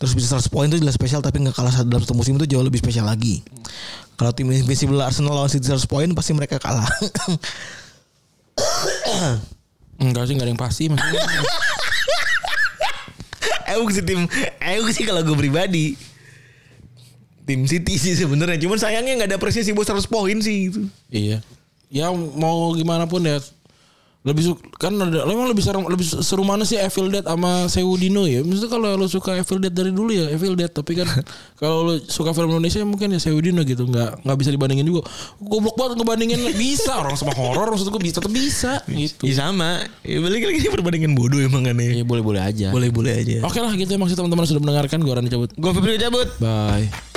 Speaker 3: Terus bisa 100 poin itu jelas spesial tapi nggak kalah saat dalam satu musim itu jauh lebih spesial lagi. Kalau tim Invincible Arsenal lawan City 100 poin pasti mereka kalah.
Speaker 2: Enggak sih, enggak ada yang pasti maksudnya.
Speaker 3: Euk sih tim Euk sih kalau gue pribadi Tim City sih sebenarnya Cuman sayangnya gak ada presnya sih bos 100 poin sih gitu. itu.
Speaker 2: iya. Ya mau gimana pun ya lebih suka, kan ada lo emang lebih seru lebih seru mana sih Evil Dead sama Seudino ya maksudnya kalau lo suka Evil Dead dari dulu ya Evil Dead tapi kan kalau lo suka film Indonesia mungkin ya Seudino gitu nggak nggak bisa dibandingin juga goblok banget ngebandingin bisa orang sama horor maksud gue bisa tetap bisa gitu
Speaker 3: Ya sama ya, Balik lagi ini perbandingan bodoh emang kan ya
Speaker 2: ya boleh boleh aja
Speaker 3: Boleh-boleh aja
Speaker 2: oke lah gitu ya maksud teman-teman sudah mendengarkan gue Rani cabut
Speaker 3: Gue Febri cabut
Speaker 2: bye